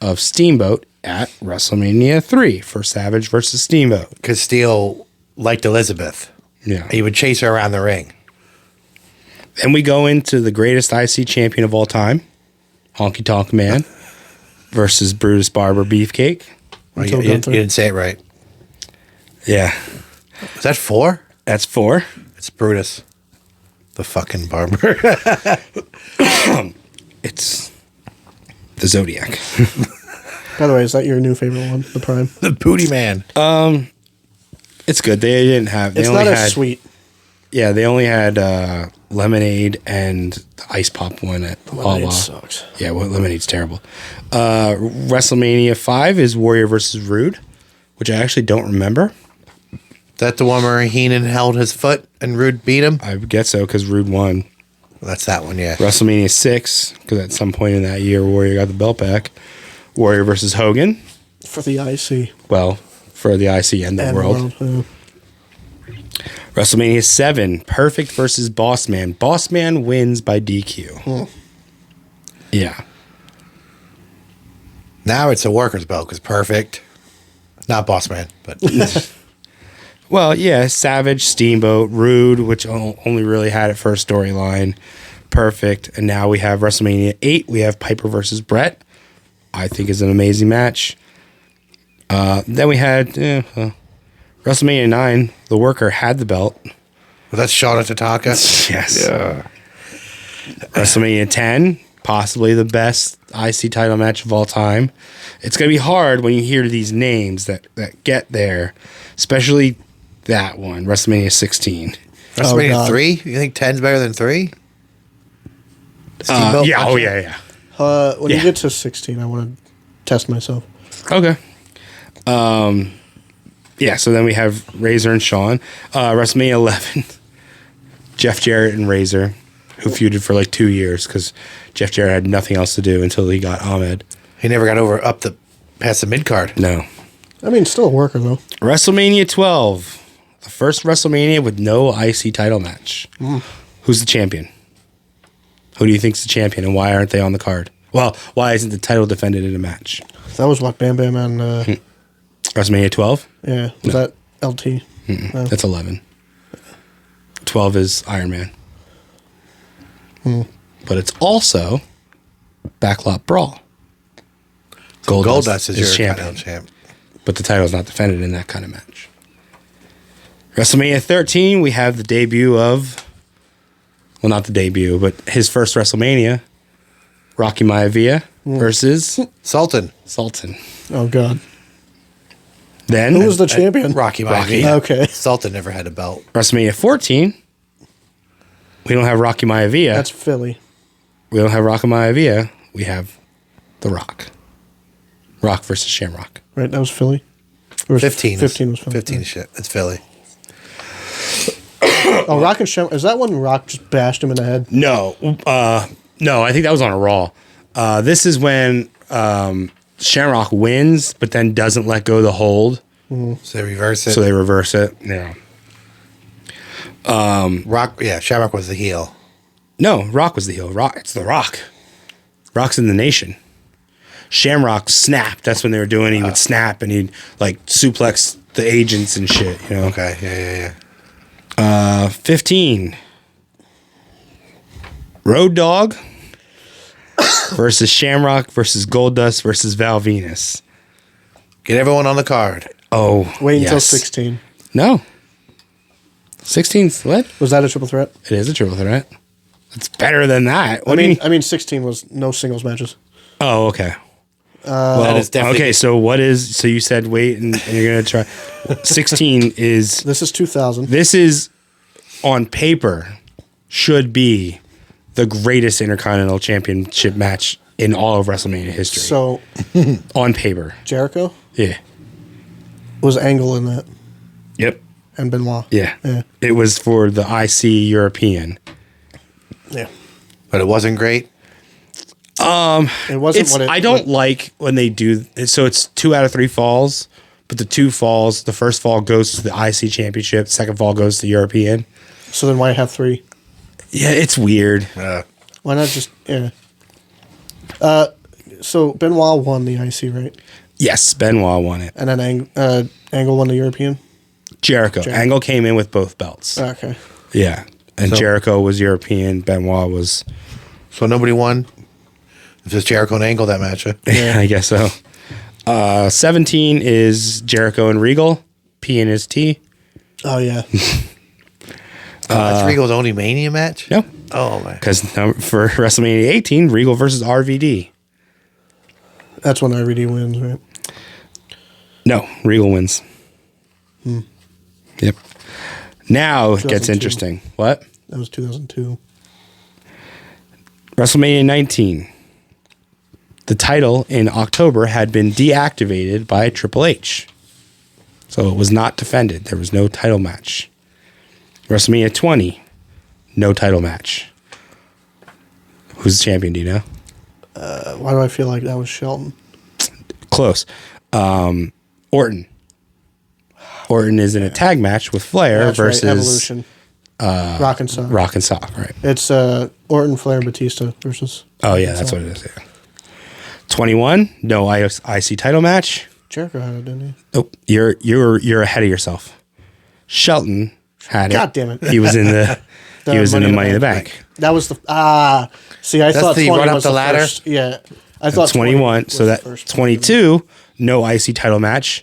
of Steamboat at WrestleMania three for Savage versus Steamboat. Because Steele liked Elizabeth. Yeah. He would chase her around the ring. And we go into the greatest IC champion of all time, Honky Tonk Man versus Brutus Barber Beefcake. Well, Until you, you didn't- Gunther. you didn't say it right. Yeah. Is that four? That's four. It's Brutus. The fucking barber. It's the Zodiac. By the way, is that your new favorite one, the Prime? the booty man. It's good. They didn't have. They It's only not had, as sweet. Yeah, they only had uh, lemonade and the ice pop one at Lemonade Wawa. sucks. Yeah, well, lemonade's terrible. Uh, WrestleMania Five is Warrior versus Rude, which I actually don't remember. Is that the one where Heenan held his foot and Rude beat him? I guess so because Rude won. That's that one, yeah. WrestleMania Six because at some point in that year Warrior got the belt back. Warrior versus Hogan. For the IC. Well, for the IC and the and world. the world. WrestleMania 7, Perfect versus Boss Man. Boss Man wins by DQ. yeah. Hmm. Yeah. Now it's a worker's belt because perfect. Not boss man, but Well, yeah, Savage, Steamboat, Rude, which o- only really had it for a storyline. Perfect. And now we have WrestleMania 8. We have Piper versus Brett. I think is an amazing match. Uh, then we had eh, uh, WrestleMania 9. The worker had the belt. was that Shauna Tataka? Yes. WrestleMania 10, possibly the best IC title match of all time. It's going to be hard when you hear these names that, that get there, especially that one, WrestleMania 16. WrestleMania Oh, God. three? You think ten's better than three? Uh, Steamboat yeah, oh, Macho? yeah, yeah. Uh, when Yeah. you get to 16, I want to test myself. Okay. Um, yeah, so then we have Razor and Shawn. Uh, WrestleMania 11, Jeff Jarrett and Razor, who feuded for like two years because Jeff Jarrett had nothing else to do until he got Ahmed. He never got over up the past the mid card. No. I mean, still a worker, though. WrestleMania 12, the first WrestleMania with no IC title match. Who's the champion? Who do you think's the champion, and why aren't they on the card? Well, why isn't the title defended in a match? That was what Bam Bam and, Hmm. uh, WrestleMania 12, yeah, was that LT? Hmm. No. that's 11. 12 is Iron Man. But it's also Backlot Brawl. Goldust, Goldust is, your champion. champion. champ. but the title's not defended in that kind of match. WrestleMania 13, we have the debut of, well, not the debut, but his first WrestleMania, Rocky Maivia Mm. versus Sultan. Sultan. Oh, God. Then Who was the champion? Rocky Rocky. Rocky. Okay. Sultan never had a belt. WrestleMania 14, we don't have Rocky Maivia. That's Philly. we don't have Rocky Maivia. We have The Rock. Rock versus Shamrock. Right? That was Philly? Or was Fifteen. is- 15 was Philly. Fifteen is shit. It's Philly. Oh, Rock and Shem. Is that when Rock just bashed him in the head? No, uh, no, I think that was on a Raw. Uh, this is when um, Shamrock wins, but then doesn't let go of the hold, So they reverse it. so they reverse it. Yeah. Rock, yeah, Shamrock was the heel. No, Rock was the heel. Rock, it's the Rock. Rock's in the nation. Shamrock snapped. That's when they were doing. He would snap and he'd like suplex the agents and shit. You know. Okay, yeah, yeah, yeah. Uh, Fifteen. Road Dog versus Shamrock versus Goldust versus Val Venus. Get everyone on the card. Oh, Wait until yes. 16. No. 16th, what? Was that a triple threat? It is a triple threat. It's better than that. What I do you mean, I mean, 16 was no singles matches. Oh, okay. uh, well, That is definitely- okay. So what is? So you said wait, and, and you're gonna try. Sixteen is This is 2000. this is on paper should be the greatest Intercontinental Championship match in all of WrestleMania history. So on paper, Jericho yeah, was Angle in that yep, and Benoit. yeah. Yeah. It was for the IC European. Yeah. But it wasn't great. It wasn't It's- what it, I don't what- like when they do. So it's two out of three falls, but the two falls, the first fall goes to the IC Championship, second fall goes to European. so then why have three? Yeah, it's weird. Uh, Why not just. Yeah. Uh, so Benoit won the IC, right? Yes, Benoit won it. And then Ang- uh, Angle won the European. Jericho. Jericho. Uh, Angle came in with both belts. Okay. yeah. And So- Jericho was European. Benoit was, so nobody won. It's just Jericho and Angle that match. huh? I guess so. Uh, 17 is Jericho and Regal. P and his T. Oh, yeah. That's Regal's only Mania match. No. Oh my. Because for WrestleMania 18, Regal versus RVD. That's when RVD wins, right? No, Regal wins. Hmm. Yep. Now it gets 2002. interesting. What? That was 2002. WrestleMania 19. The title in October had been deactivated by Triple H. So it was not defended. There was no title match. WrestleMania 20, no title match. Who's the champion, do you know? Why do I feel like that was Shelton? Close. Um, Orton. Orton is in a tag match with Flair That's versus uh, right, Evolution. Rock and Sock. Rock and Sock, right? It's uh, Orton, Flair, and Batista versus Oh, yeah, that's what it is. Yeah. 21, no I- IC title match. Jericho had it, didn't he? Nope. You're you're you're ahead of yourself. Shelton had it. God damn it. He was in the, he was in the money in the bank. That was the ah. See, I thought the twenty run up was the the, ladder? First, yeah, I thought 20 Twenty one. was So the that first one. twenty two, no IC title match.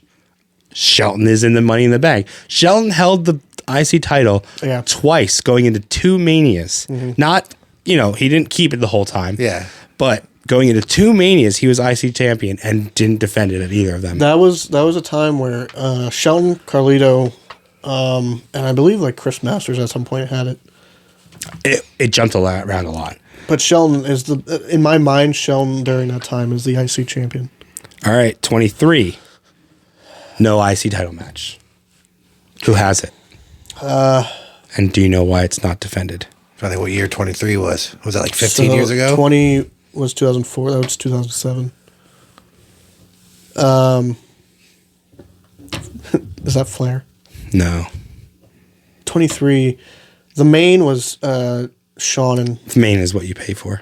Shelton is in the money in the bank. Shelton held the IC title Yeah. Mm-hmm. twice going into two manias. Not you know, he didn't keep it the whole time. Yeah. But going into two manias, he was IC champion and didn't defend it at either of them. That was that was a time where uh, Shelton, Carlito, um, and I believe like Chris Masters at some point had it. it, it jumped a lot, around a lot. But Shelton is the uh, in my mind Shelton during that time is the IC champion. All right, 23. No IC title match. Who has it? Uh, and do you know why it's not defended? I think what year 23 was. Was that like 15 years ago? Twenty was two thousand four. That was two thousand seven. Um, is that Flair? No. 23 the main was uh sean and Main is what you pay for.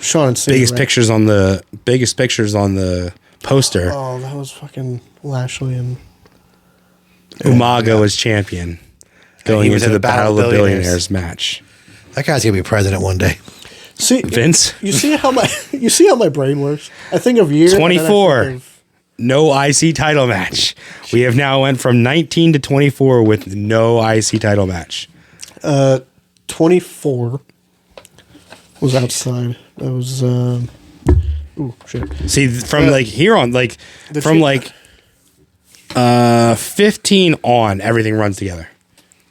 sean and Cena, Biggest right? pictures on the biggest pictures on the poster. oh that was fucking lashley and Umaga was champion going he was into the in the Battle Battle of of Billionaires. Billionaires match. That guy's going to be president one day. see Vince? you see how my you see how my brain works i think of years 24. No IC title match. We have now went from 19 to 24 with no IC title match. 24 was outside that was um ooh shit See, th- from Yeah. like here on, like The from few- like uh 15 on, everything runs together.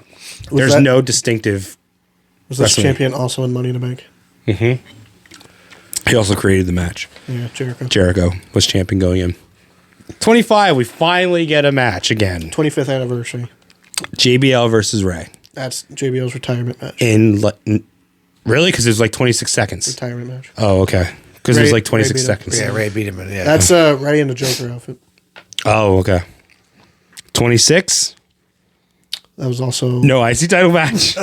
was There's that, no distinctive. was this WrestleMania. champion also in money in the bank He also created the match. yeah jericho Jericho was champion going in. 25, we finally get a match again. 25th anniversary JBL versus Ray. that's jbl's retirement uh, match In le- n- really? Because there's like 26 seconds. retirement match Oh, okay. Because Ray- there's like 26 Ray beat him. seconds. Yeah, Ray beat him. in- Yeah. that's uh right in the joker outfit Oh, okay. 26. That was also No IC title match.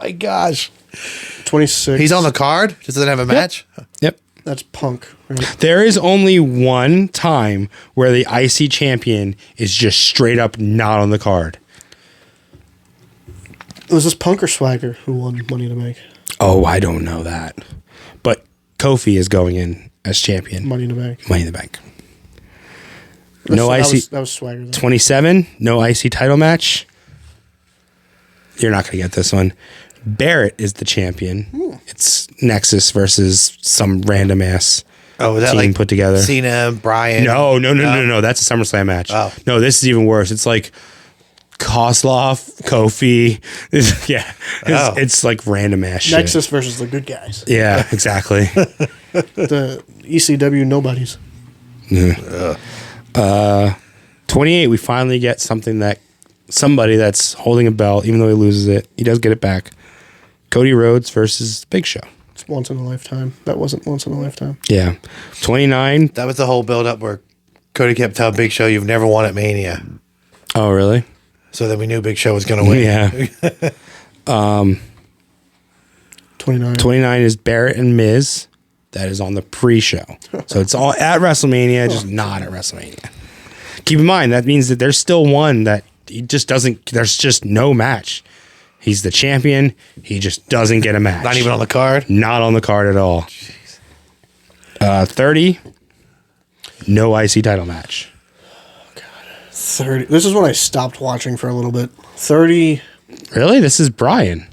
My gosh. 26. He's on the card? Just doesn't have a match? yep. That's Punk. Right? There is only one time where the IC champion is just straight up not on the card. Was this Punk or Swagger who won Money to Make? Oh, I don't know that. But Kofi is going in as champion. Money to Make. Money in the bank. No That's- that IC Was, that was Swagger. Though. 27, no IC title match. You're not going to get this one. Barrett is the champion. Hmm. It's Nexus versus some random ass. Oh, was that Team like put together. Cena, Brian? No, no, no, no, no, no. That's a SummerSlam match. Oh. No, this is even worse. It's like Koslov, Kofi. It's- yeah. It's, Oh. it's like random ass shit. Nexus versus the good guys. Yeah, exactly. The ECW nobodies. 28, we finally get something that somebody that's holding a belt, even though he loses it, he does get it back. Cody Rhodes versus Big Show. It's once in a lifetime. That wasn't once in a lifetime. Yeah. 29. That was the whole build up where Cody kept telling Big Show, you've never won at Mania. Oh, really? So then we knew Big Show was going to win. Yeah. 29. 29 is Barrett and Miz. That is on the pre show. So it's all at WrestleMania, just not at WrestleMania. Keep in mind, that means that there's still one that he just doesn't, there's just no match. He's the champion. He just doesn't get a match. Not even on the card. Not on the card at all. Uh, 30, no IC title match. 30. This is when I stopped watching for a little bit. 30. Really? This is Brian.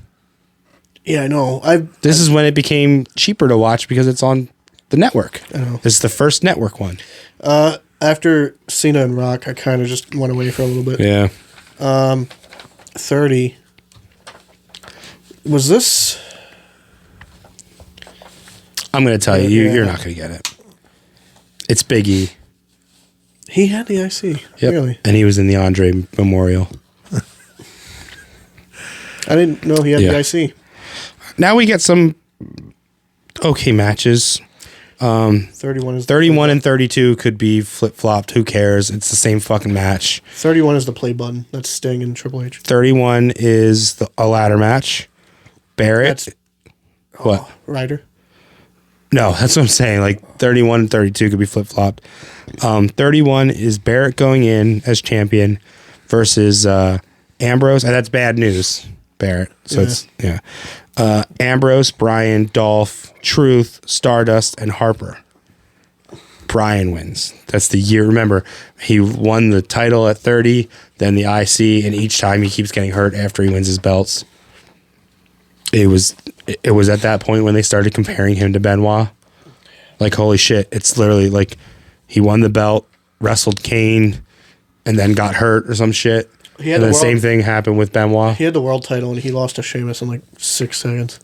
Yeah, I know. I This is when it became cheaper to watch because it's on the network. Oh. know. This is the first network one. after Cena and Rock, I kind of just went away for a little bit. Yeah. 30. Was this I'm going to tell you, you Yeah. you're not going to get it. It's Big E. he had the IC? Yep. Really? And he was in the Andre Memorial. I didn't know he had Yeah. the IC. Now we get some okay matches. 31 is 31 and 32 could be flip flopped. Who cares? It's the same fucking match. 31 is the play button. That's Sting and Triple H. 31 is the, a ladder match. Barrett. That's what? Ryder. No, that's what I'm saying. Like 31 and 32 could be flip flopped. Um, 31 is Barrett going in as champion versus uh, Ambrose. And that's bad news, Barrett. So it's, yeah. Uh, Ambrose, Brian, Dolph, Truth, Stardust, and Harper. Brian wins. That's the year. Remember, he won the title at 30, then the IC, and each time he keeps getting hurt after he wins his belts it was it was at that point when they started comparing him to Benoit. Like holy shit, it's literally like he won the belt, wrestled Kane, and then got hurt or some shit. He had and the the world- same thing happened with Benoit. He had the world title and he lost to Sheamus in like six seconds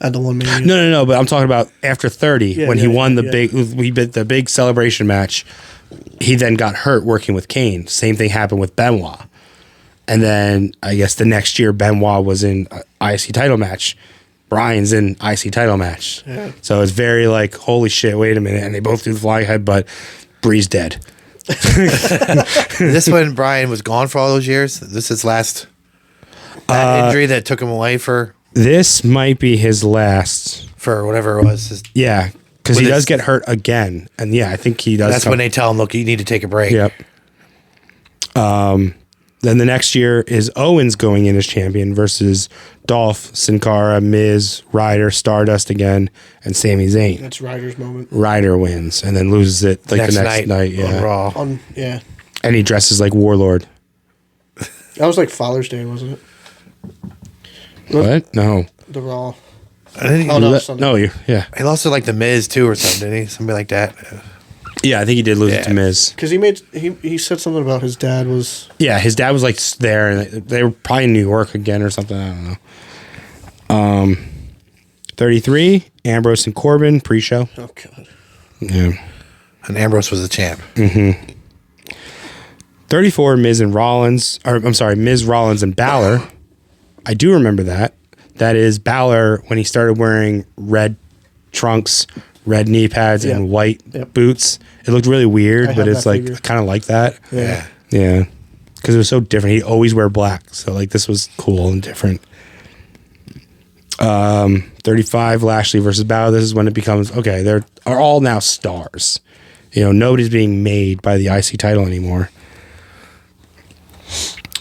at the one man. No, no, no. But I'm talking about after 30 when he yeah, won the yeah. big we bit the big celebration match. He then got hurt working with Kane. Same thing happened with Benoit. And then I guess the next year Benoit was in a IC title match. Brian's in IC title match. So it's very like holy shit. Wait a minute, and they both do the flying headbutt. Bree's dead. this when Brian was gone for all those years. This is last Uh, that injury that took him away for This might be his last. for whatever it was. His- Yeah, because With he does his- get hurt again, and yeah, I think he does. That's come- when they tell him, look, you need to take a break. Yep. Um, then the next year is Owens going in as champion versus Dolph, Sin Cara, Miz, Ryder, Stardust again, and Sami Zayn. That's Ryder's moment. Ryder wins and then loses it like Next, the next night, on yeah. Raw. On yeah. And he dresses like Warlord. That was like Father's Day, wasn't it? What? No. The Raw. I think Oh, he, no. Le- Sunday. no, you. Yeah. he lost to like the Miz too or something, didn't he? Somebody like that. Yeah, I think he did lose it to Yeah. Miz. Because he made he he said something about his dad was Yeah, his dad was like s- there, and they- they were probably in New York again or something. I don't know. Um, thirty-three. Ambrose and Corbin pre-show. oh god Yeah. And Ambrose was the champ. Mm. 34 Miz and Rollins, or I'm sorry, Miz Rollins and Balor. I do remember that. That is Balor when he started wearing red trunks, red knee pads, Yeah. and white Yep. boots. It looked really weird, I but have it's that like figure. kind of like that. Yeah. Yeah. because it was so different. He'd always wear black, so like this was cool and different. Um, thirty-five Lashley versus Bow. This is when it becomes okay. They're are all now stars. You know, nobody's being made by the IC title anymore.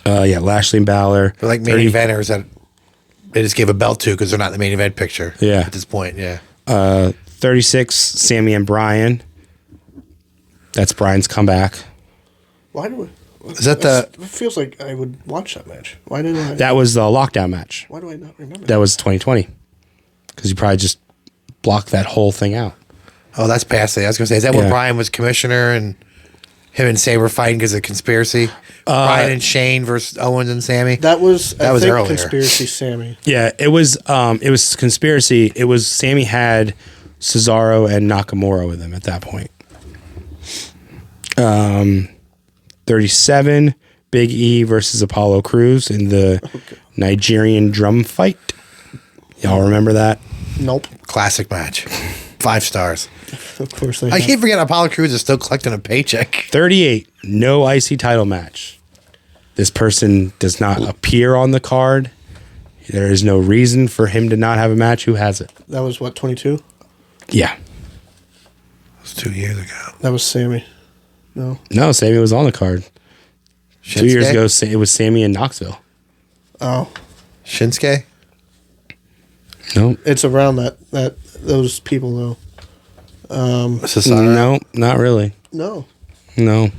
Uh, yeah, Lashley and Balor. They're like main 30 eventers that they just gave a belt to because they're not in the main event picture. Yeah. At this point, yeah. 36, Sammy and Brian. That's Brian's comeback. Why do I? Is that the? It feels like I would watch that match. Why didn't I? That was the lockdown match. why do I not remember? That was 2020. Because you probably just blocked that whole thing out. Oh, that's past it. I was gonna say, is that Yeah. when Brian was commissioner and him and Sam were fighting because of conspiracy? Uh, Brian and Shane versus Owens and Sammy. that was I That was think earlier. conspiracy Sammy. Yeah, it was um it was conspiracy. It was Sammy had Cesaro and Nakamura with him at that point. Um 37 Big E versus Apollo Cruz in the Nigerian drum fight. Y'all remember that? Nope. Classic match. Five stars. Of course they. I have. can't forget Apollo Crews is still collecting a paycheck. 38 no ic title match this person does not appear on the card there is no reason for him to not have a match who has it That was what twenty two. yeah It's two years ago. That was Sammy. No. no sammy was on the card Shinsuke? two years ago Sa- it was sammy in knoxville Oh, Shinsuke. no it's around that that those people though. Cesaro. no not really No. no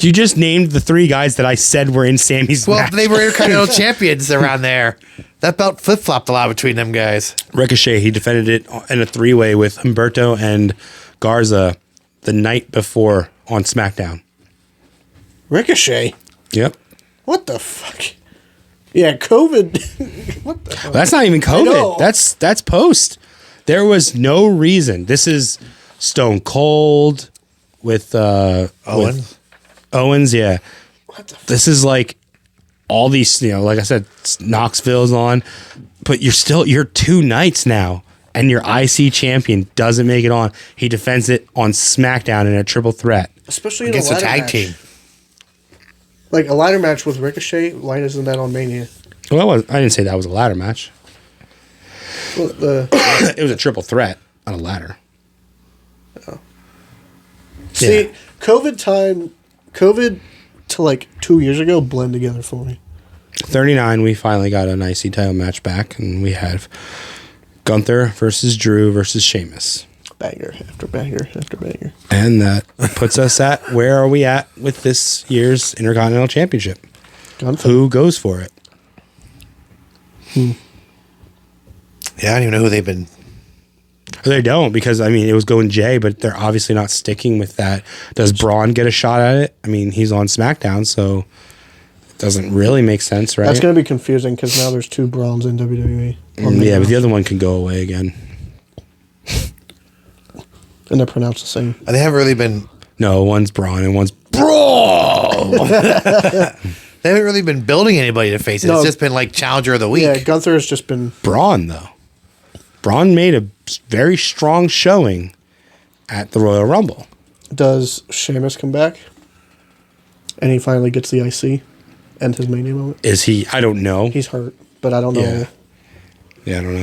you just named the three guys that i said were in sammy's Well, match. they were Intercontinental champions around there. That belt flip flopped a lot between them guys. Ricochet, he defended it in a three way with Humberto and Garza the night before on SmackDown. Ricochet. Yep. What the fuck? Yeah, COVID. what the? Fuck? That's not even know. COVID. That's that's post. There was no reason. This is Stone Cold with uh Owen. with Owens, yeah. What the? Fuck? This is like all these, you know, like I said, Knoxville's on, but you're still you're two nights now, and your IC champion doesn't make it on. He defends it on SmackDown in a triple threat. Especially in a Against a ladder tag match. team. Like a ladder match with Ricochet. Why isn't that on Mania? Well, that was, I didn't say that was a ladder match. Well, the, it was a triple threat on a ladder. see, Yeah. COVID time, COVID to like two years ago blend together for me. 39, we finally got an IC title match back, and we have Gunther versus Drew versus Sheamus. Banger after banger after banger. And that puts us at where are we at with this year's Intercontinental Championship? Gunther. Who goes for it? Yeah, I don't even know who they've been. They don't because I mean it was going Jay, but they're obviously not sticking with that. Does Braun get a shot at it? I mean he's on SmackDown, so it doesn't really make sense, right? That's gonna be confusing because now there's two Browns in E. WWE. Mm, yeah, but the other one can go away again. and they're pronounced the same. They haven't really been. No, one's Braun and one's They haven't really been building anybody to face it. No. It's just been like challenger of the week. Yeah, Gunther has just been Braun though. Braun made a very strong showing at the Royal Rumble. does Sheamus come back? And he finally gets the IC and his mania moment. Is he? I don't know. He's hurt, but I don't know. Yeah. yeah, I don't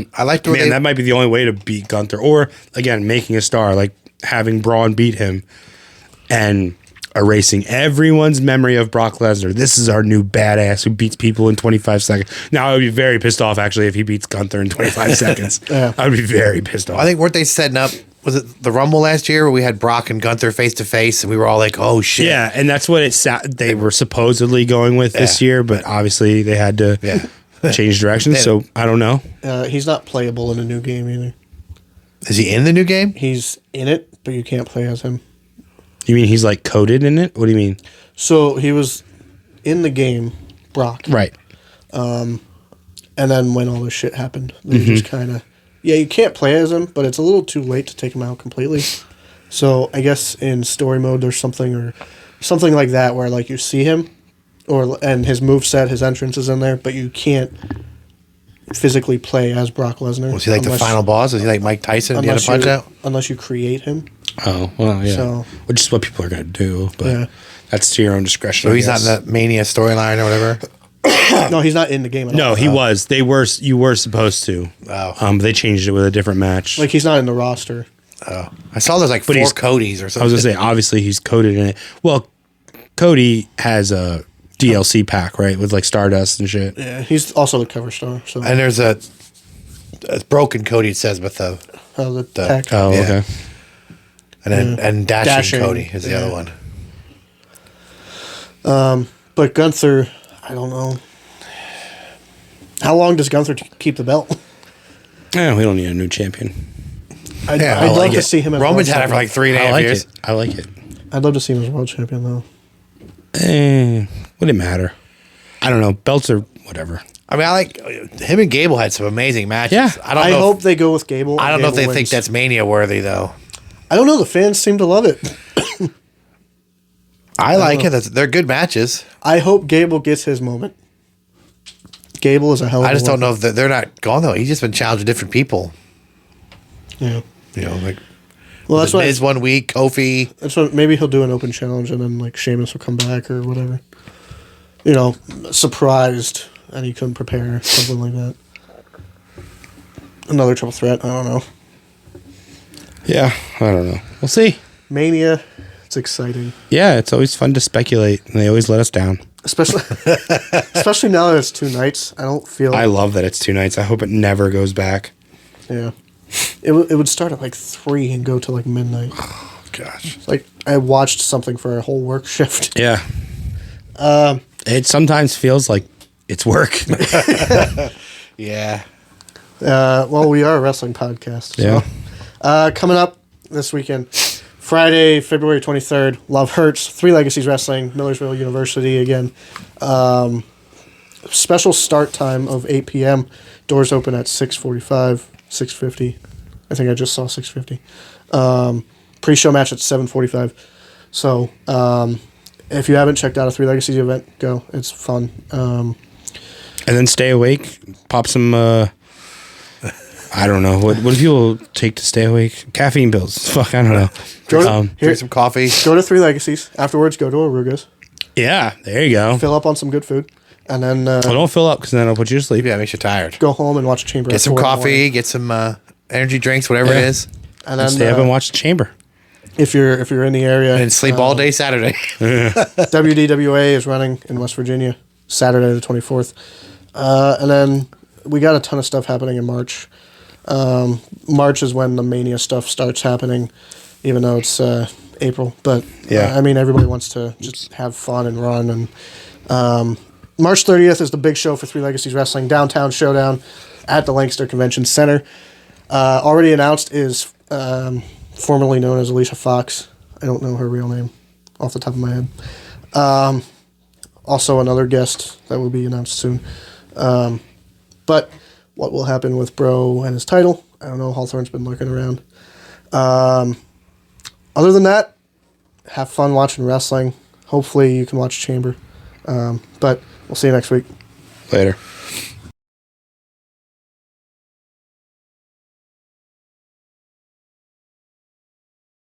know. I like the way Man, they- that might be the only way to beat Gunther, or again, making a star like having Braun beat him and erasing everyone's memory of Brock Lesnar. This is our new badass who beats people in 25 seconds. Now I would be very pissed off actually if he beats Gunther in 25 seconds. Yeah. I would be very pissed off. I think weren't they setting up? Was it the Rumble last year where we had Brock and Gunther face to face, and we were all like, "Oh shit!" Yeah, and that's what it sa- they were supposedly going with this Yeah. year, but obviously they had to Yeah. change directions. So I don't know. Uh, he's not playable in a new game either. Is he in the new game? He's in it, but you can't play as him. You mean he's like coded in it? What do you mean? So he was in the game, Brock, Right. and then when all this shit happened, they Mm-hmm. just kind of, yeah, you can't play as him, but it's a little too late to take him out completely. So I guess in story mode, there's something or something like that where like you see him, or and his move set, his entrance is in there, but you can't physically play as Brock Lesnar. Was he like the unless- final boss? Was he like Mike Tyson at the end of unless you- Punch Out? Unless you create him. Oh well, yeah. So- Which is what people are going to do, but Yeah. that's to your own discretion. So I he's not guess. in the Mania storyline or whatever. Oh. no, he's not in the game at all. Uh, No, Uh, he was. They were. s- You were supposed to. Oh. Um, they changed it with a different match. Like he's not in the roster. I saw there's like four he's- Cody's or I was something. gonna say, obviously he's coded in it. Well, Cody has a DLC pack, right, with like Stardust and shit. Yeah, he's also the cover star. So and there's a, a broken Cody it says with the uh, the pack. Oh, Yeah. okay. and then and dashing, Mm. Dashing, Cody is the yeah. other one. But Gunther, I don't know. How long does Gunther t- keep the belt? Yeah, we don't need a new champion. I'd, Yeah, I I'd love like to it. see him as Roman's world had it for champion. like three and a I half like years. it. I like it. I'd love to see him as world champion though. Eh, would it matter? I don't know. Belts are whatever. I mean, I like him and Gable had some amazing matches. Yeah. I don't I know. hope if, they go with Gable. I don't and know if they Gable think wins. that's Mania worthy though. I don't know. The fans seem to love it. I, like it. That's, they're good matches. I hope Gable gets his moment. Gable is a hell. Of I a just don't know if they're, they're not gone though. He's just been challenging different people. Yeah. You know, like Well, that's the what. Miz one week, Kofi. That's what. Maybe he'll do an open challenge, and then like Sheamus will come back or whatever. You know, surprised, and he couldn't prepare something like that. Another triple threat. I don't know. Yeah, I don't know. We'll see. Mania. It's exciting, Yeah, it's always fun to speculate, and they always let us down. especially especially now that it's two nights. I don't feel. I love that it's two nights. I hope it never goes back. yeah. It, w- it would start at like three and go to like midnight. Oh, Gosh, Like I watched something for a whole work shift. Yeah. Um, it sometimes feels like it's work. yeah. Uh, well, we are a wrestling podcast. So. Yeah. Uh, coming up this weekend, Friday, February 23rd, Love Hurts, Three Legacies Wrestling, Millersville University again. Um, special start time of 8 p.m. Doors open at 6.45, 6.50. I think I just saw 6.50. Um, pre-show match at 7.45. So um, if you haven't checked out a Three Legacies event, go. It's fun. Um, and then stay awake. Pop some. Uh, I don't know what what do people take to stay awake? Caffeine pills. Fuck, I don't go, know. to, Um, here, Drink some coffee. go to Three Legacies. Afterwards, go to Aruga's. yeah, there you go. fill up on some good food, and then uh, Well, don't fill up because then I'll put you to sleep. Yeah, it makes you tired. go home and watch Chamber. Get at some four in the morning. coffee. Get some uh, energy drinks, whatever it Yeah. is, and And then stay up uh, and watch the chamber. if you're if you're in the area. and sleep Uh-huh. all day Saturday. WDWA is running in West Virginia Saturday the twenty fourth, uh, and then we got a ton of stuff happening in March. Um, March is when the mania stuff starts happening, even though it's uh, April. But Yeah. uh, I mean everybody wants to just have fun and run and. um, March 30th is the big show for Three Legacies Wrestling Downtown Showdown at the Lancaster Convention Center. Uh, already announced is um, formerly known as Alicia Fox. I don't know her real name off the top of my head. Um, also, another guest that will be announced soon. Um, but what will happen with Bro and his title? I don't know. Hawthorne's been lurking around. Um, other than that, have fun watching wrestling. Um, Hopefully, you can watch Chamber. But we'll see you next week. Later.